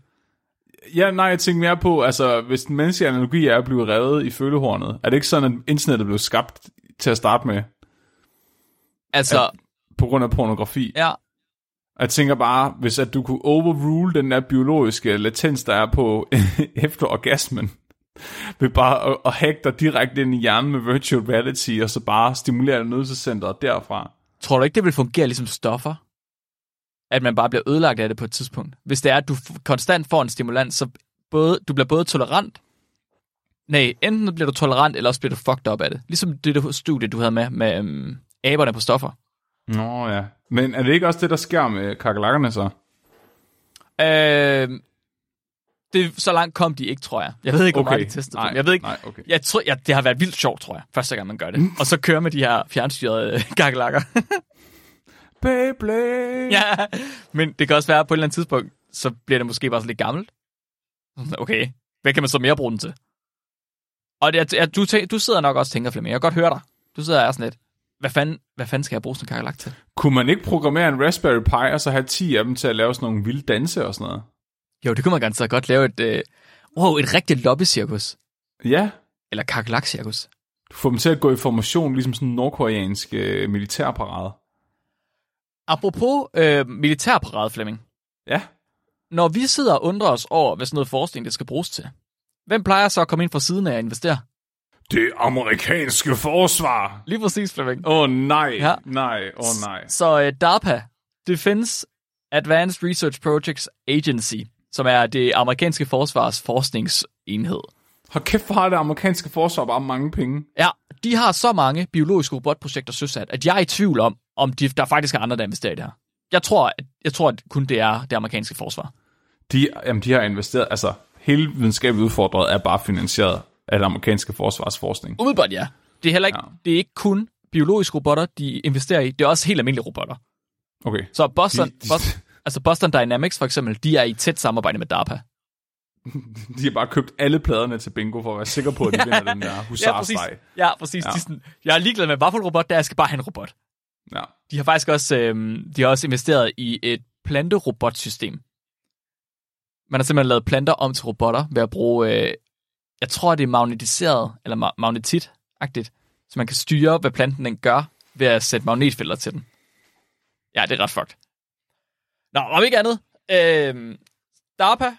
Speaker 1: Ja, nej, jeg tænker mere på, altså, hvis den menneskelige analogi er at blive revet i følehornet, er det ikke sådan, at internettet blev skabt til at starte med,
Speaker 2: Altså, ja.
Speaker 1: på grund af pornografi?
Speaker 2: ja.
Speaker 1: Og Jeg tænker bare, hvis at du kunne overrule den der biologiske latens, der er på efter orgasmen, ved bare at, at hacke dig direkte ind i hjernen med virtual reality, og så bare stimulere nødelsescenteret derfra.
Speaker 2: Tror du ikke, det vil fungere ligesom stoffer? At man bare bliver ødelagt af det på et tidspunkt? Hvis det er, at du f- konstant får en stimulans, så både, du bliver både tolerant, nej, enten bliver du tolerant, eller også bliver du fucked op af det. Ligesom det der studie, du havde med, med øhm, aberne på stoffer.
Speaker 1: Nå ja. Men er det ikke også det, der sker med kakalakkerne så?
Speaker 2: Øhm, det, så langt kom de ikke, tror jeg. Jeg ved ikke, hvor
Speaker 1: Okay.
Speaker 2: meget de testede
Speaker 1: Nej,
Speaker 2: dem. Jeg ved ikke,
Speaker 1: nej, okay.
Speaker 2: jeg tror, ja, det har været vildt sjovt, tror jeg, første gang man gør det. Og så kører med de her fjernstyrede øh, gakkelakker.
Speaker 1: Beyblade!
Speaker 2: ja, men det kan også være, at på et eller andet tidspunkt, så bliver det måske bare sådan lidt gammelt. Okay, hvad kan man så mere bruge den til? Og det, er- du, tæ- du sidder nok også og tænker, Flemming, jeg kan godt høre dig. Du sidder og er sådan lidt, hvad fanden, hvad fanden skal jeg bruge sådan en kakkelak til?
Speaker 1: Kunne man ikke programmere en Raspberry Pi, og så have 10 af dem til at lave sådan nogle vilde danse og sådan noget?
Speaker 2: Jo, det kunne man ganske godt lave et, øh, wow, et rigtigt loppecirkus.
Speaker 1: Ja.
Speaker 2: Eller kakkelak-cirkus.
Speaker 1: Du får dem til at gå i formation, ligesom sådan en nordkoreansk øh, militærparade.
Speaker 2: Apropos øh, militærparade, Flemming.
Speaker 1: Ja.
Speaker 2: Når vi sidder og undrer os over, hvad sådan noget forskning det skal bruges til, hvem plejer så at komme ind fra siden af og investere?
Speaker 1: Det amerikanske forsvar.
Speaker 2: Lige præcis, Flemming.
Speaker 1: Åh oh, nej,
Speaker 2: Ja.
Speaker 1: ja. nej, åh oh, nej.
Speaker 2: Så øh, DARPA, Defense Advanced Research Projects Agency, som er det amerikanske forsvars forskningsenhed.
Speaker 1: Hold kæft, hvor har det amerikanske forsvar bare mange penge.
Speaker 2: Ja, de har så mange biologiske robotprojekter søsat, at jeg er i tvivl om, om de, der faktisk er andre, der investerer i det her. Jeg tror, at, jeg tror, at kun det er det amerikanske forsvar.
Speaker 1: De, jamen, de har investeret, altså hele videnskabeligt udfordret er bare finansieret af det amerikanske forsvarsforskning.
Speaker 2: Umiddelbart ja. Det er heller ikke, ja.
Speaker 1: Ja.
Speaker 2: det er ikke kun biologiske robotter, de investerer i. Det er også helt almindelige robotter.
Speaker 1: Okay,
Speaker 2: Så Boston,
Speaker 1: De- de-
Speaker 2: Boston, altså Boston Dynamics for eksempel, de er i tæt samarbejde med DARPA.
Speaker 1: de har bare købt alle pladerne til bingo for at være sikker på, at de vinder den der husarsteg.
Speaker 2: Ja, præcis. Ja.
Speaker 1: Ja.
Speaker 2: De er sådan, jeg er ligeglad med, hvad for en robot der er, jeg skal bare have en robot.
Speaker 1: Ja.
Speaker 2: De har faktisk også, øh, de har også investeret i et planterobotsystem. Man har simpelthen lavet planter om til robotter ved at bruge, øh, jeg tror det er magnetiseret, eller ma- magnetit-agtigt, så man kan styre, hvad planten den gør, ved at sætte magnetfelter til den. Ja, det er ret fucked. Nå, om ikke andet, øh, DARPA,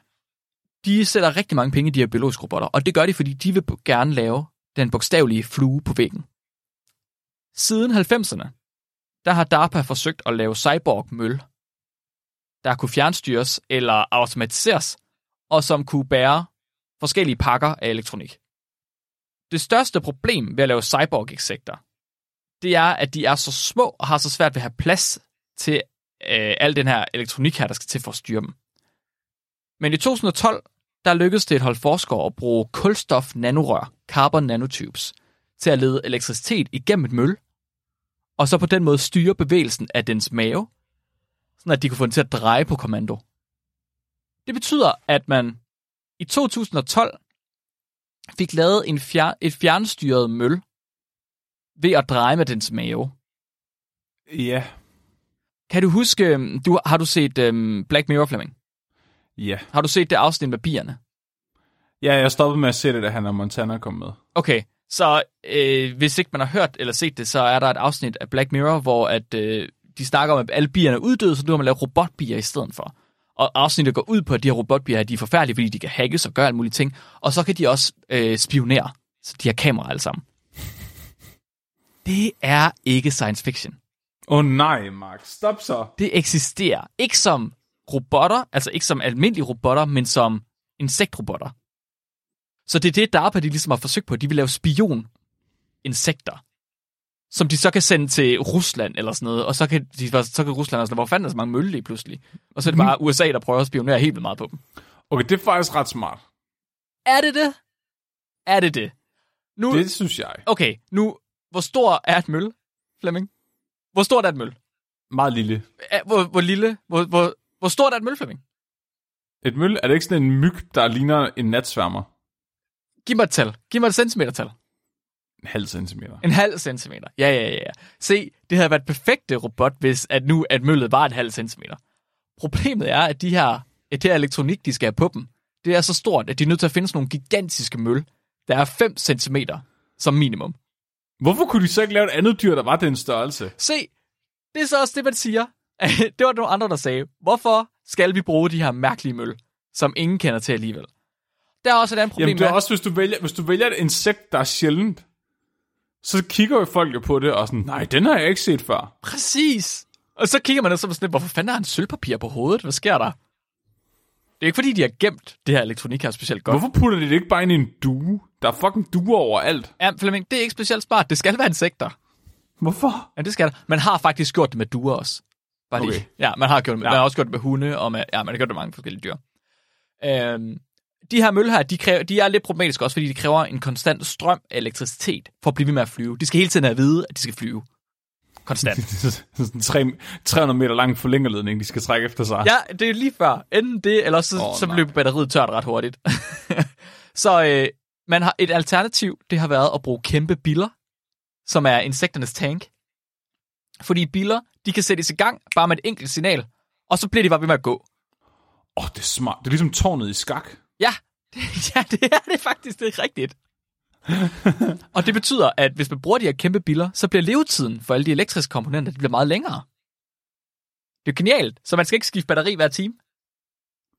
Speaker 2: de sætter rigtig mange penge i de her biologiske robotter, og det gør de, fordi de vil bu- gerne lave den bogstavelige flue på væggen. Siden 90'erne, der har DARPA forsøgt at lave cyborg-møl. der kunne fjernstyres eller automatiseres, og som kunne bære forskellige pakker af elektronik. Det største problem ved at lave cyborg-insekter, det er, at de er så små og har så svært ved at have plads til øh, al den her elektronik her, der skal til for at styre dem. Men i 2012, der lykkedes det et hold forskere at bruge kulstof nanorør, carbon nanotubes, til at lede elektricitet igennem et møl, og så på den måde styre bevægelsen af dens mave, sådan at de kunne få den til at dreje på kommando. Det betyder, at man i 2012 fik lavet en fjer- et fjernstyret møl ved at dreje med dens mave.
Speaker 1: Ja.
Speaker 2: Kan du huske, øhm, du, har du set øhm, Black Mirror, Flemming?
Speaker 1: Ja.
Speaker 2: Har du set det afsnit med bierne?
Speaker 1: Ja, jeg stoppede med at se det, da han og Montana kom med.
Speaker 2: Okay, så øh, hvis ikke man har hørt eller set det, så er der et afsnit af Black Mirror, hvor at, øh, de snakker om, at alle bierne er uddøde, så nu har man lavet robotbier i stedet for. Og afsnittet går ud på, at de her robotbier de er forfærdelige, fordi de kan hackes og gøre alle mulige ting. Og så kan de også øh, spionere, så de har kameraer alle sammen. Det er ikke science fiction.
Speaker 1: Åh oh, nej, Mark. Stop så.
Speaker 2: det eksisterer. Ikke som robotter, altså ikke som almindelige robotter, men som insektrobotter. Så det er det, DARPA de ligesom har forsøgt på. De vil lave spion-insekter, som de så kan sende til Rusland eller sådan noget, og så kan, de, så kan Rusland også, hvor fanden er så mange mølle lige pludselig? Og så er det bare USA, der prøver at spionere helt vildt meget på dem.
Speaker 1: Okay, det er faktisk ret smart.
Speaker 2: Er det det? Er det det? Nu,
Speaker 1: Det synes jeg.
Speaker 2: Okay, nu, hvor stor er et møl, Flemming? Hvor stort er et møl?
Speaker 1: Meget lille.
Speaker 2: Er- Hvor, hvor lille? Hvor, hvor, hvor stort er et møl, Flemming?
Speaker 1: Et møl, er det ikke sådan en myg, der ligner en natsværmer?
Speaker 2: Giv mig et tal. Giv mig et centimetertal.
Speaker 1: En halv centimeter.
Speaker 2: En halv centimeter. Ja, ja, ja. ja. Se, det havde været perfekte robot, hvis at nu at møllet var en halv centimeter. Problemet er, at de her, at det her elektronik, de skal have på dem, det er så stort, at de er nødt til at finde sådan nogle gigantiske møl, der er 5 centimeter som minimum.
Speaker 1: Hvorfor kunne de så ikke lave et andet dyr, der var den størrelse?
Speaker 2: Se, det er så også det, man siger. det var nogle andre, der sagde, hvorfor skal vi bruge de her mærkelige møl, som ingen kender til alligevel? Der er også et andet problem.
Speaker 1: Jamen det er
Speaker 2: med-
Speaker 1: også, hvis du, vælger, hvis du vælger et insekt, der er sjældent, så kigger jo folk jo på det og sådan, nej, den har jeg ikke set før.
Speaker 2: Præcis. Og så kigger man og så er man sådan, lidt, hvorfor fanden har han sølvpapir på hovedet? Hvad sker der? Det er ikke fordi, de har gemt det her elektronik her specielt godt.
Speaker 1: Hvorfor putter de det ikke bare ind i en due? Der er fucking duer overalt.
Speaker 2: Ja, Flemming, det er ikke specielt smart. Det skal være insekter.
Speaker 1: Hvorfor?
Speaker 2: Ja, det skal der. Man har faktisk gjort det med duer også. Bare okay.
Speaker 1: Okay.
Speaker 2: Ja, man har, gjort det med,
Speaker 1: Ja.
Speaker 2: ja. man har også gjort det med hunde, og med, ja, man har gjort det med mange forskellige dyr. Øhm, de her mølle her, de, kræver, de er lidt problematiske også, fordi de kræver en konstant strøm af elektricitet for at blive ved med at flyve. De skal hele tiden have at vide, at de skal flyve. Konstant.
Speaker 1: sådan tre- 300 meter lang forlængerledning, de skal trække efter sig.
Speaker 2: Ja, det er lige før. Enten det, eller så,
Speaker 1: Åh,
Speaker 2: oh, så
Speaker 1: nej.
Speaker 2: blev batteriet tørt ret hurtigt. så øh, man har et alternativ, det har været at bruge kæmpe biller, som er insekternes tank. Fordi biller, de kan sættes i gang bare med et enkelt signal, og så bliver de bare ved med at gå.
Speaker 1: Åh, oh, det er smart. Det er ligesom tårnet i skak.
Speaker 2: Ja, det, ja, det er det faktisk, det er rigtigt. og det betyder, at hvis man bruger de her kæmpe biller, så bliver levetiden for alle de elektriske komponenter, det bliver meget længere. Det er genialt, så man skal ikke skifte batteri hver time.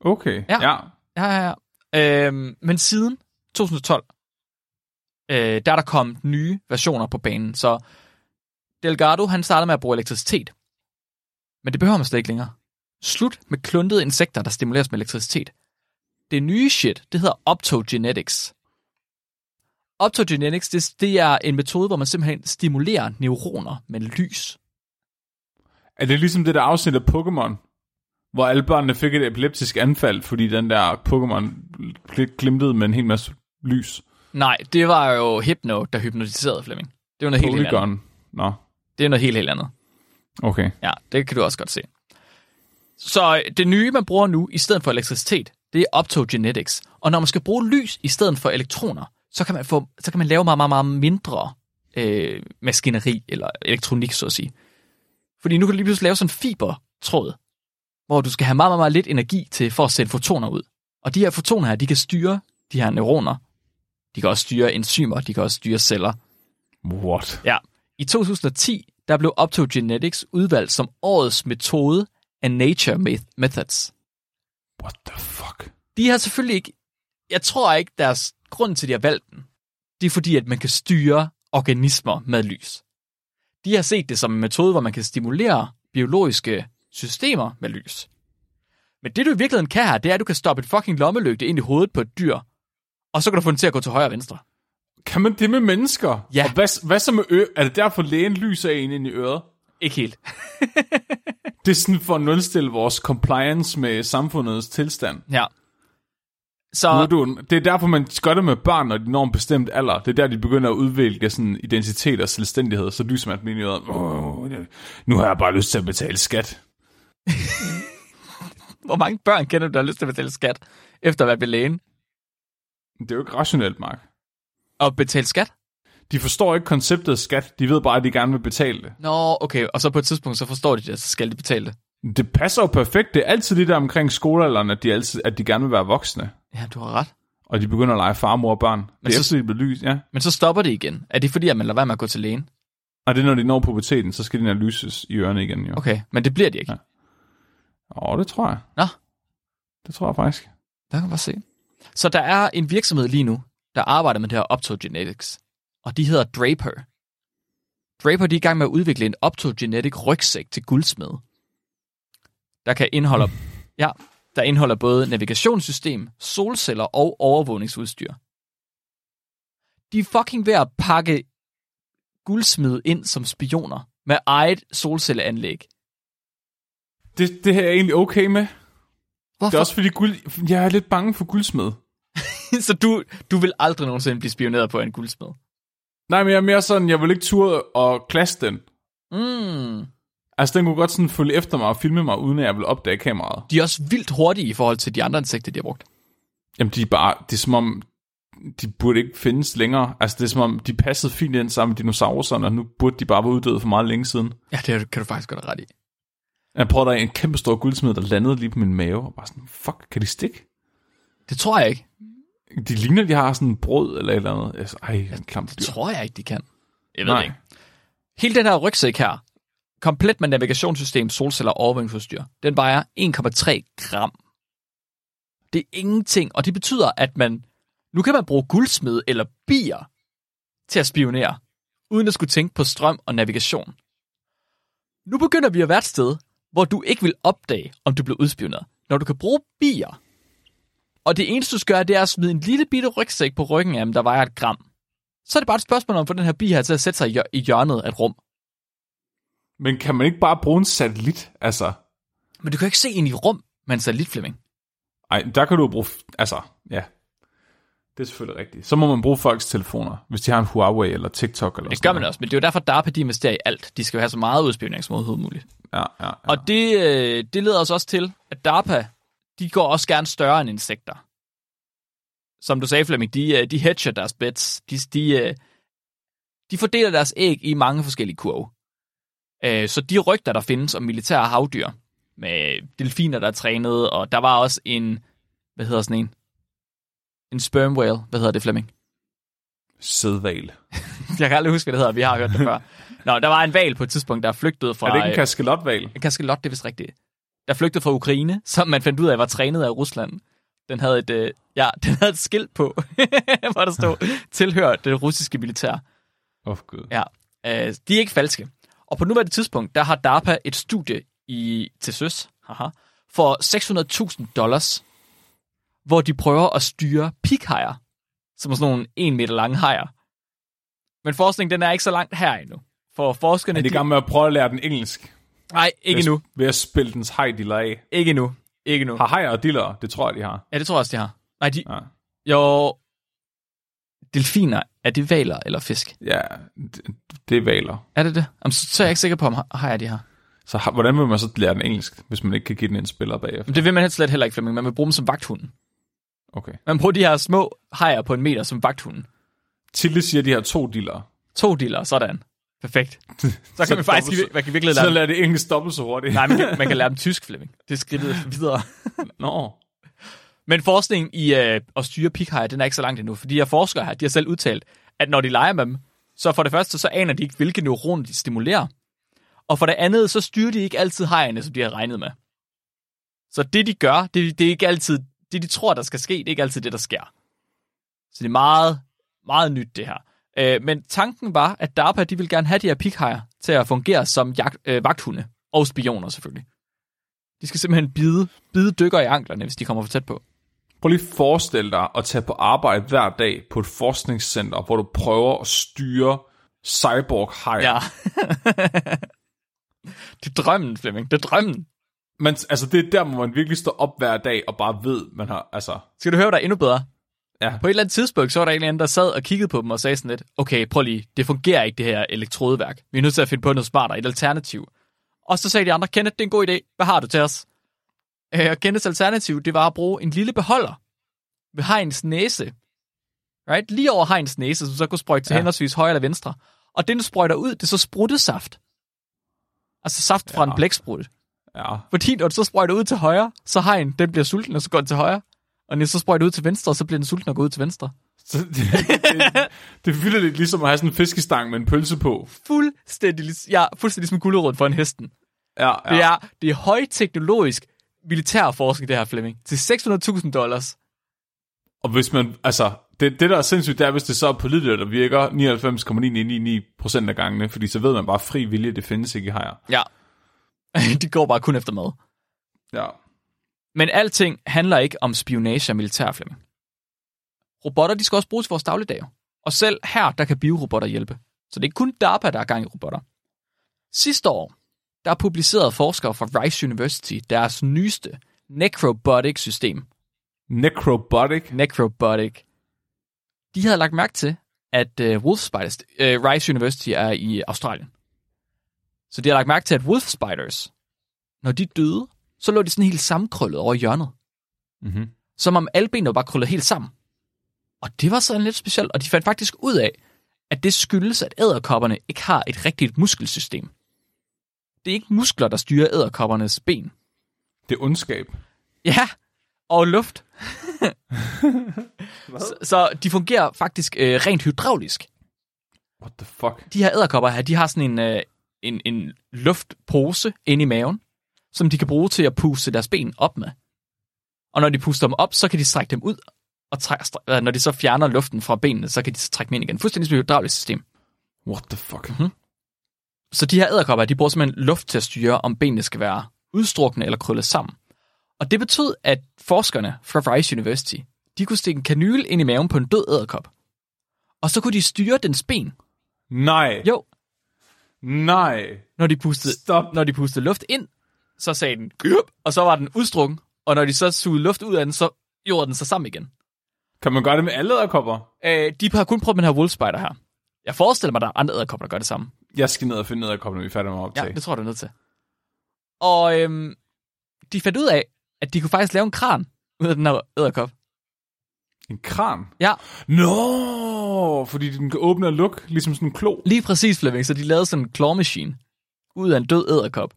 Speaker 1: Okay,
Speaker 2: Ja.
Speaker 1: ja.
Speaker 2: Ja, ja, ja. Øhm, men siden 2012, øh, der er der kommet nye versioner på banen. Så Delgado, han startede med at bruge elektricitet. Men det behøver man slet ikke længere. Slut med kluntede insekter, der stimuleres med elektricitet. Det nye shit, det hedder optogenetics. Optogenetics, det, det er en metode, hvor man simpelthen stimulerer neuroner med lys.
Speaker 1: Er det ligesom det der afsnit af Pokémon, hvor alle børnene fik et epileptisk anfald, fordi den der Pokémon gl- glimtede med en hel masse lys?
Speaker 2: Nej, det var jo Hypno, der hypnotiserede Flemming. Det var noget helt, helt andet.
Speaker 1: Polygon. Nå,
Speaker 2: Det er noget helt, helt andet.
Speaker 1: okay.
Speaker 2: Ja, det kan du også godt se. Så øh, det nye, man bruger nu, i stedet for elektricitet, det er optogenetics. Og når man skal bruge lys i stedet for elektroner, så kan man, få, så kan man lave meget, meget, meget mindre øh, maskineri eller elektronik, så at sige. Fordi nu kan du lige pludselig lave sådan en fibertråd, hvor du skal have meget, meget, meget lidt energi til for at sende fotoner ud. Og de her fotoner her, de kan styre de her neuroner. De kan også styre enzymer, de kan også styre celler.
Speaker 1: What?
Speaker 2: Ja. I 2010, der blev optogenetics udvalgt som årets metode af Nature Meth- Methods.
Speaker 1: What the fuck?
Speaker 2: De har selvfølgelig ikke, jeg tror ikke, deres grund til, at de har valgt den, det er fordi, at man kan styre organismer med lys. De har set det som en metode, hvor man kan stimulere biologiske systemer med lys. Men det, du i virkeligheden kan her, det er, at du kan stoppe et fucking lommelygte ind i hovedet på et dyr, og så kan du få den til at gå til højre og venstre.
Speaker 1: Kan man det med mennesker?
Speaker 2: Ja.
Speaker 1: Og hvad, hvad så med ø? Er det derfor, lægen lyser en ind i øret?
Speaker 2: Ikke helt.
Speaker 1: Det er sådan for at nulstille vores compliance med samfundets tilstand.
Speaker 2: Ja.
Speaker 1: Nu er
Speaker 2: Så,
Speaker 1: du, en- det er derfor, man gør det med børn, når de når en bestemt alder. Det er der, de begynder at udvikle sådan identitet og selvstændighed. Så lyser man dem ind i øret. Åh, nu har jeg bare lyst til at betale skat.
Speaker 2: hvor mange børn kender du, der har lyst til at betale skat, efter at være ved lægen?
Speaker 1: Det er jo ikke rationelt, Mark.
Speaker 2: Og betale skat?
Speaker 1: De forstår ikke konceptet af skat. De ved bare, at de gerne vil betale det.
Speaker 2: Nå, okay, og så på et tidspunkt, så forstår de det, så skal de betale det.
Speaker 1: Det passer jo perfekt. Det er altid det der omkring skolealderen, at de, altid, at de gerne vil være voksne.
Speaker 2: Ja, du har ret.
Speaker 1: Og de begynder at lege far, mor og børn. Det
Speaker 2: så-
Speaker 1: er efter, de bliver lys, ja.
Speaker 2: Men så stopper det igen. Er det fordi, at man lader være med at gå til lægen?
Speaker 1: Og det er, når de når puberteten, så skal de analyses i ørerne igen, jo.
Speaker 2: Okay, men det bliver de ikke.
Speaker 1: Ja. Åh, det tror jeg.
Speaker 2: Nå.
Speaker 1: Det tror jeg faktisk.
Speaker 2: Der kan man bare se. Så der er en virksomhed lige nu, der arbejder med det her optogenetics. Og de hedder Draper. Draper de er i gang med at udvikle en optogenetic rygsæk til guldsmed. Der kan indeholde, ja, der indeholder både navigationssystem, solceller og overvågningsudstyr. De er fucking ved at pakke guldsmed ind som spioner med eget solcelleanlæg.
Speaker 1: Det, det her er jeg egentlig okay med. Det
Speaker 2: Hvorfor?
Speaker 1: er også fordi, guld, jeg er lidt bange for guldsmed.
Speaker 2: Så du, du vil aldrig nogensinde blive spioneret på af en guldsmed.
Speaker 1: Nej, men jeg er mere sådan, jeg vil ikke turde at klasse den.
Speaker 2: Mm.
Speaker 1: Altså, den kunne godt sådan følge efter mig og filme mig, uden at jeg vil opdage kameraet.
Speaker 2: De er også vildt hurtige i forhold til de andre insekter, de har brugt.
Speaker 1: Jamen, de er bare, det er som om, de burde ikke findes længere. Altså, det er som om, de passede fint ind sammen med dinosaurerne, og nu burde de bare være uddøde for meget længe siden.
Speaker 2: Ja, det kan du faktisk godt have ret i.
Speaker 1: Jeg prøvede der en kæmpe stor guldsmed, der landede lige på min mave, og bare sådan, fuck, kan de stikke?
Speaker 2: Det tror jeg ikke.
Speaker 1: De ligner, de har sådan en brød eller et eller andet. Altså, ej, en klam
Speaker 2: Det
Speaker 1: dyr.
Speaker 2: tror jeg ikke, de kan. Jeg
Speaker 1: Nej.
Speaker 2: det ikke. Hele den her rygsæk her, komplet med navigationssystem, solceller og overvågningsudstyr, den vejer 1,3 gram. Det er ingenting, og det betyder, at man nu kan man bruge guldsmed eller bier til at spionere, uden at skulle tænke på strøm og navigation. Nu begynder vi at være et sted, hvor du ikke vil opdage, om du bliver udspioneret, når du kan bruge bier. Og det eneste, du skal gøre, det er at smide en lille bitte rygsæk på ryggen af dem, der vejer et gram. Så er det bare et spørgsmål om, at få den her bi her til at sætte sig i hjør- i hjørnet af et rum.
Speaker 1: Men kan man ikke bare bruge en satellit? Altså,
Speaker 2: Men du kan jo ikke se ind i rum med en satellitflemming.
Speaker 1: ej, der kan du jo bruge... Altså, ja. Det er selvfølgelig rigtigt. Så må man bruge folks telefoner, hvis de har en Huawei eller TikTok eller
Speaker 2: Det
Speaker 1: sådan
Speaker 2: gør man også, men det er jo derfor, DARPA de investerer i alt. De skal jo have så meget udspivning som overhovedet muligt.
Speaker 1: noget. Ja, ja, ja.
Speaker 2: Og det, øh, det leder os også til, at DARPA, de går også gerne større end insekter. Som du sagde, Flemming, de, øh, de hedger deres bets. De, de, øh, de fordeler deres æg i mange forskellige kurve. Øh, Så de rygter, der findes om militære havdyr, med delfiner, der er trænet, og der var også en, hvad hedder sådan en? En sperm whale. Hvad hedder det, Flemming?
Speaker 1: Sædval.
Speaker 2: Jeg kan aldrig huske, hvad det hedder. Vi har hørt det før. Nå, der var en val på et tidspunkt, der flygtede fra...
Speaker 1: Er det ikke en
Speaker 2: øh,
Speaker 1: kaskelotval?
Speaker 2: en kaskelot, det er vist rigtigt. Der flygtede fra Ukraine, som man fandt ud af var trænet af Rusland. Den havde et, øh, ja, den havde et skilt på, hvor der stod, tilhører det russiske militær.
Speaker 1: Åh, oh, gud.
Speaker 2: Ja, øh, de er ikke falske. Og på nuværende tidspunkt, der har DARPA et studie i, til søs haha, for 600.000 dollars, hvor de prøver at styre pikhajer, som er sådan nogle 1 meter lange hajer. Men forskningen, den er ikke så langt her endnu. For forskerne...
Speaker 1: Er de i gang med at prøve at lære den engelsk?
Speaker 2: Nej, ikke
Speaker 1: Ved
Speaker 2: nu.
Speaker 1: at- Ved at spille dens hej diller af.
Speaker 2: Ikke nu. Ikke nu.
Speaker 1: Har hejer og diller, det tror jeg, de har.
Speaker 2: Ja, det tror jeg også, de har. Nej, de...
Speaker 1: Ja.
Speaker 2: Jo... Delfiner, er det valer eller fisk?
Speaker 1: Ja, det, det er valer.
Speaker 2: Er det det? Jamen, så, så er jeg ikke sikker på, om ha- hajer de har.
Speaker 1: Så har, hvordan vil man så lære den engelsk, hvis man ikke kan give den en spiller bagefter?
Speaker 2: Men det vil man helt slet heller ikke, Flemming. Man vil bruge dem som vagthunden.
Speaker 1: Okay.
Speaker 2: Man bruger de her små hajer på en meter som vagthunden.
Speaker 1: Tilde siger, at de har to diller.
Speaker 2: To dealer, sådan. Perfekt. Så kan man faktisk i- man kan virkelig
Speaker 1: Så
Speaker 2: lære dem.
Speaker 1: lader det engelsk dobbelt så hurtigt.
Speaker 2: Nej, man kan, man kan lære dem tysk, Flemming. Det er skridtet videre.
Speaker 1: Nå.
Speaker 2: Men forskningen i øh, at styre pikhajer, den er ikke så langt endnu, fordi de her forskere her, de har selv udtalt, at når de leger med dem, så for det første, så aner de ikke, hvilke neuroner de stimulerer. Og for det andet, så styrer de ikke altid hajerne, som de har regnet med. Så det, de gør, det, det er ikke altid, det de tror, der skal ske, det er ikke altid det, der sker. Så det er meget, meget nyt, det her. Øh, men tanken var, at DARPA, de ville gerne have de her pikhajer til at fungere som jagt, øh, vagthunde. Og spioner, selvfølgelig. De skal simpelthen bide, bide dykker i anklerne, hvis de kommer for tæt på.
Speaker 1: Prøv lige at forestille dig at tage på arbejde hver dag på et forskningscenter, hvor du prøver at styre cyborg hej.
Speaker 2: Ja. det er drømmen, Flemming. Det er drømmen.
Speaker 1: Men altså, det er der, hvor man virkelig står op hver dag og bare ved, man har, altså,
Speaker 2: Skal du høre dig endnu bedre?
Speaker 1: Ja.
Speaker 2: På et eller andet tidspunkt, så var der en eller anden, der sad og kiggede på dem og sagde sådan lidt, okay, prøv lige, det fungerer ikke det her elektrodeværk. Vi er nødt til at finde på noget smartere, et alternativ. Og så sagde de andre, Kenneth, det er en god idé. Hvad har du til os? Øh, og Kenneths alternativ, det var at bruge en lille beholder ved hejens næse. Right? Lige over hejens næse, som så kunne sprøjte til
Speaker 1: Ja.
Speaker 2: ja. henholdsvis højre eller venstre. Og det, den sprøjter ud, det er så spruttesaft. Altså saft fra
Speaker 1: Ja.
Speaker 2: en blæksprutte.
Speaker 1: ja.
Speaker 2: Fordi når du så sprøjter ud til højre, så har en, den bliver sulten, og så går den til højre. Og når du så sprøjter ud til venstre, så bliver den sulten og går ud til venstre.
Speaker 1: Så det, det, det fylder lidt ligesom at have sådan en fiskestang med en pølse på.
Speaker 2: Fuldstændig, lig- ja, fuldstændig ligesom gulerod for en hesten.
Speaker 1: Ja,
Speaker 2: Ja. Det,
Speaker 1: ja.
Speaker 2: er, det er højteknologisk militærforskning, det her, Flemming. Til 600.000 dollars.
Speaker 1: Og hvis man, altså, det, det der er sindssygt, det er, hvis det så er pålideligt, der virker 99,999% af gangene, fordi så ved man bare fri vilje, det findes ikke i hajer.
Speaker 2: Ja. De går bare kun efter mad.
Speaker 1: Ja.
Speaker 2: Men alting handler ikke om spionage og militær, Flemming. Robotter, de skal også bruges i vores dagligdag. Og selv her, der kan biorobotter hjælpe. Så det er ikke kun DARPA, der er gang i robotter. Sidste år, der publicerede forskere fra Rice University deres nyeste necrobotic-system.
Speaker 1: Necrobotic.
Speaker 2: Necrobotic. De havde lagt mærke til, at uh, Wolf Spiders, uh, Rice University er i Australien. Så de har lagt mærke til, at Wolf Spiders, når de døde, så lå de sådan helt sammenkrøllet over hjørnet
Speaker 1: Mm-hmm.
Speaker 2: som om alle benene var bare krøllet helt sammen. Og det var sådan lidt specielt, og de fandt faktisk ud af, at det skyldes, at æderkopperne ikke har et rigtigt muskelsystem. Det er ikke muskler, der styrer æderkoppernes ben.
Speaker 1: Det er ondskab.
Speaker 2: Ja, og luft. så, så de fungerer faktisk øh, rent hydraulisk.
Speaker 1: What the fuck?
Speaker 2: De her æderkopper her, de har sådan en, øh, en, en luftpose inde i maven, som de kan bruge til at puste deres ben op med. Og når de puster dem op, så kan de strække dem ud, og træ, stræ, øh, når de så fjerner luften fra benene, så kan de så trække dem ind igen. Fuldstændig som et hydraulisk system.
Speaker 1: What the fuck?
Speaker 2: Så de her æderkopper, de bruger simpelthen luft til at styre, om benene skal være udstrukne eller krøllet sammen. Og det betød, at forskerne fra Rice University, de kunne stikke en kanyle ind i maven på en død æderkop. Og så kunne de styre dens ben.
Speaker 1: Nej.
Speaker 2: Jo,
Speaker 1: Nej.
Speaker 2: når de pustede,
Speaker 1: Stop.
Speaker 2: når de pustede luft ind, så sagde den, "Gyrup", og så var den udstrukken, og når de så sugede luft ud af den, så gjorde den sig sammen igen.
Speaker 1: Kan man gøre det med alle æderkopper?
Speaker 2: Øh, de har kun prøvet med den her wolf spider her. Jeg forestiller mig, at der er andre æderkopper, der gør det samme.
Speaker 1: Jeg skal ned og finde æderkopper, når vi er færdige med at
Speaker 2: Ja,
Speaker 1: optage.
Speaker 2: det tror jeg, du er nødt til. Og øhm, de fandt ud af, at de kunne faktisk lave en kran ud af den her æderkop.
Speaker 1: En kran?
Speaker 2: Ja,
Speaker 1: Nå, fordi den kan åbne og lukke, ligesom sådan en klo.
Speaker 2: lige præcis, Flemming. Så de lavede sådan en claw machine ud af en død æderkop.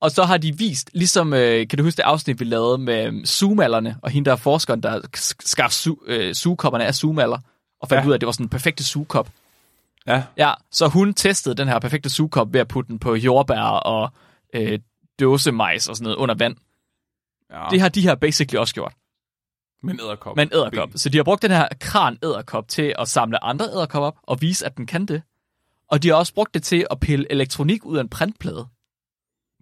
Speaker 2: Og så har de vist, ligesom, øh, kan du huske det afsnit, vi lavede med øh, zoomallerne, og hende der er forskeren, der sk- skar su- øh, sugekopperne af zoomaller, og fandt
Speaker 1: Ja.
Speaker 2: ja. ud af, at det var sådan en perfekte sugekop.
Speaker 1: Ja.
Speaker 2: Ja, så hun testede den her perfekte sugekop ved at putte den på jordbær og øh, dåsemajs og sådan noget under vand.
Speaker 1: ja.
Speaker 2: Det har de her basically også gjort.
Speaker 1: Men æderkop.
Speaker 2: Men æderkop. Så de har brugt den her kran æderkop til at samle andre æderkop op og vise, at den kan det. Og de har også brugt det til at pille elektronik ud af en printplade.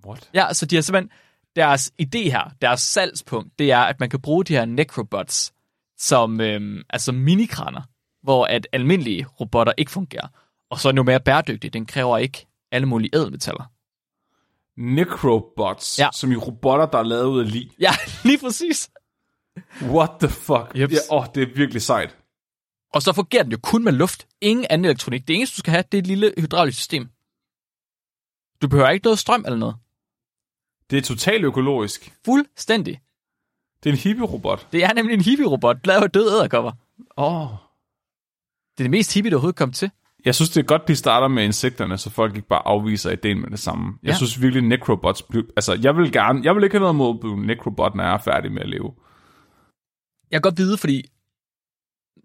Speaker 1: What?
Speaker 2: Ja, så de har simpelthen... Deres idé her, deres salgspunkt, det er, at man kan bruge de her necrobots som øhm, altså minikraner, hvor at almindelige robotter ikke fungerer. Og så er den jo mere bæredygtig. Den kræver ikke alle mulige ædelmetaller.
Speaker 1: Necrobots, ja.
Speaker 2: Ja.
Speaker 1: som i robotter, der er lavet ud af lig.
Speaker 2: Ja, lige præcis.
Speaker 1: What the fuck?
Speaker 2: Jeps.
Speaker 1: Ja, åh, det er virkelig sejt.
Speaker 2: Og så fungerer den jo kun med luft. Ingen anden elektronik. Det eneste, du skal have, det er et lille hydraulisk system. Du behøver ikke noget strøm eller noget.
Speaker 1: Det er totalt økologisk.
Speaker 2: Fuldstændig.
Speaker 1: Det er en hippie-robot.
Speaker 2: Det er nemlig en hippie-robot, lavet af døde æderkopper.
Speaker 1: Åh. Oh.
Speaker 2: Det er det mest hippie, der overhovedet kom til.
Speaker 1: Jeg synes, det er godt, de starter med insekterne, så folk ikke bare afviser ideen med det samme. Jeg ja.
Speaker 2: Ja.
Speaker 1: synes virkelig, necrobots... blev- Altså, jeg vil gerne... Jeg vil ikke have noget mod at blive necrobot, når jeg er færdig med at leve.
Speaker 2: Jeg kan godt vide, fordi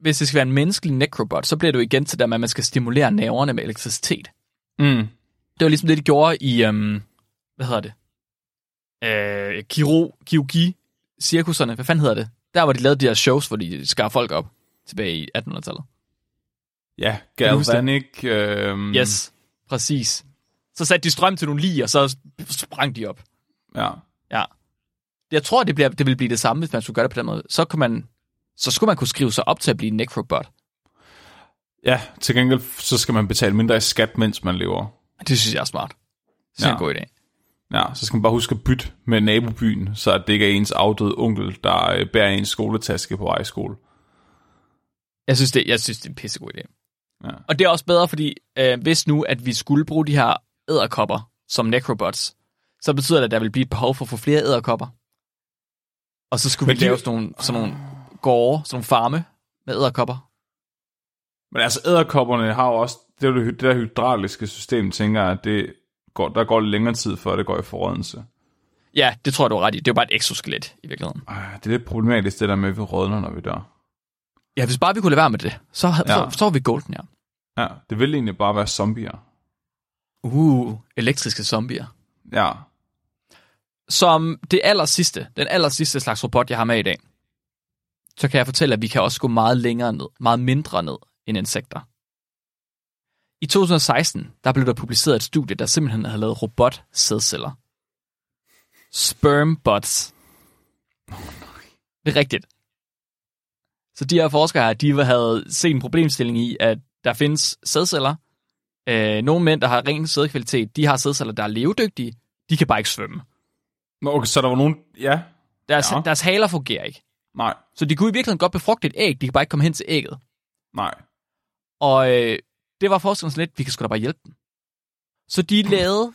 Speaker 2: hvis det skal være en menneskelig nekrobot, så bliver det jo igen til det med, at man skal stimulere nerverne med elektricitet.
Speaker 1: Mm.
Speaker 2: Det var ligesom det, de gjorde i, øhm, hvad hedder det? Øh, Kiro, Kiyogi, cirkuserne, hvad fanden hedder det? Der, hvor de lavede de her shows, hvor de skar folk op tilbage i 1800-tallet.
Speaker 1: Ja,
Speaker 2: du huske det?
Speaker 1: galvanic... Øh,
Speaker 2: Yes, præcis. Så satte de strøm til nogle lige, og så sprang de op.
Speaker 1: Ja.
Speaker 2: Ja. Jeg tror, det, bliver, det vil blive det samme, hvis man skulle gøre det på den måde. Så, kunne man, så skulle man kunne skrive sig op til at blive en necrobot.
Speaker 1: Ja, til gengæld så skal man betale mindre i skat, mens man lever.
Speaker 2: Det synes jeg er smart. Det er ja.
Speaker 1: Ja.
Speaker 2: en god idé.
Speaker 1: Ja, så skal man bare huske at bytte med nabobyen, så at det ikke er ens afdøde onkel, der øh, bærer ens skoletaske på vej i skole.
Speaker 2: Jeg synes, det, jeg synes, det er en pissegod idé.
Speaker 1: Ja.
Speaker 2: Og det er også bedre, fordi øh, hvis nu, at vi skulle bruge de her æderkopper som necrobots, så betyder det, at der vil blive et behov for at få flere æderkopper. Og så skulle
Speaker 1: Men
Speaker 2: vi
Speaker 1: de-
Speaker 2: lave sådan nogle, sådan nogle gårde, sådan nogle farme med æderkopper.
Speaker 1: Men altså, æderkopperne har jo også det, er jo det, hy- det der hydrauliske system, tænker jeg, at det går, der går lidt længere tid, før det går i forrådnelse.
Speaker 2: Ja, det tror jeg, du har ret i. Det er jo bare et exoskelet i virkeligheden.
Speaker 1: Ej, Det er lidt problematisk, det der med, at vi rådner, når vi dør.
Speaker 2: Ja, hvis bare vi kunne lade være med det, så, ja.
Speaker 1: Ja.
Speaker 2: så, så var vi golden, ja.
Speaker 1: Ja, det vil egentlig bare være zombier.
Speaker 2: Uh, elektriske zombier.
Speaker 1: Ja,
Speaker 2: Som det aller sidste, den aller sidste slags robot, jeg har med i dag, så kan jeg fortælle, at vi kan også gå meget længere ned, meget mindre ned end insekter. I 2016, der blev der publiceret et studie, der simpelthen havde lavet robot-sædceller. Sperm bots. Det er rigtigt. Så de her forskere her, de havde set en problemstilling i, at der findes sædceller. Øh, nogle mænd, der har ren sædkvalitet, de har sædceller, der er levedygtige. De kan bare ikke svømme.
Speaker 1: Nå, okay, så der var nogen... Ja,
Speaker 2: Deres, ja.
Speaker 1: Ja.
Speaker 2: deres haler fungerer ikke.
Speaker 1: nej,
Speaker 2: Så de kunne i virkeligheden godt befrugte et æg, de kan bare ikke komme hen til ægget.
Speaker 1: nej.
Speaker 2: Og øh, det var forskerne sådan lidt, vi kan sgu da bare hjælpe dem. Så de lavede,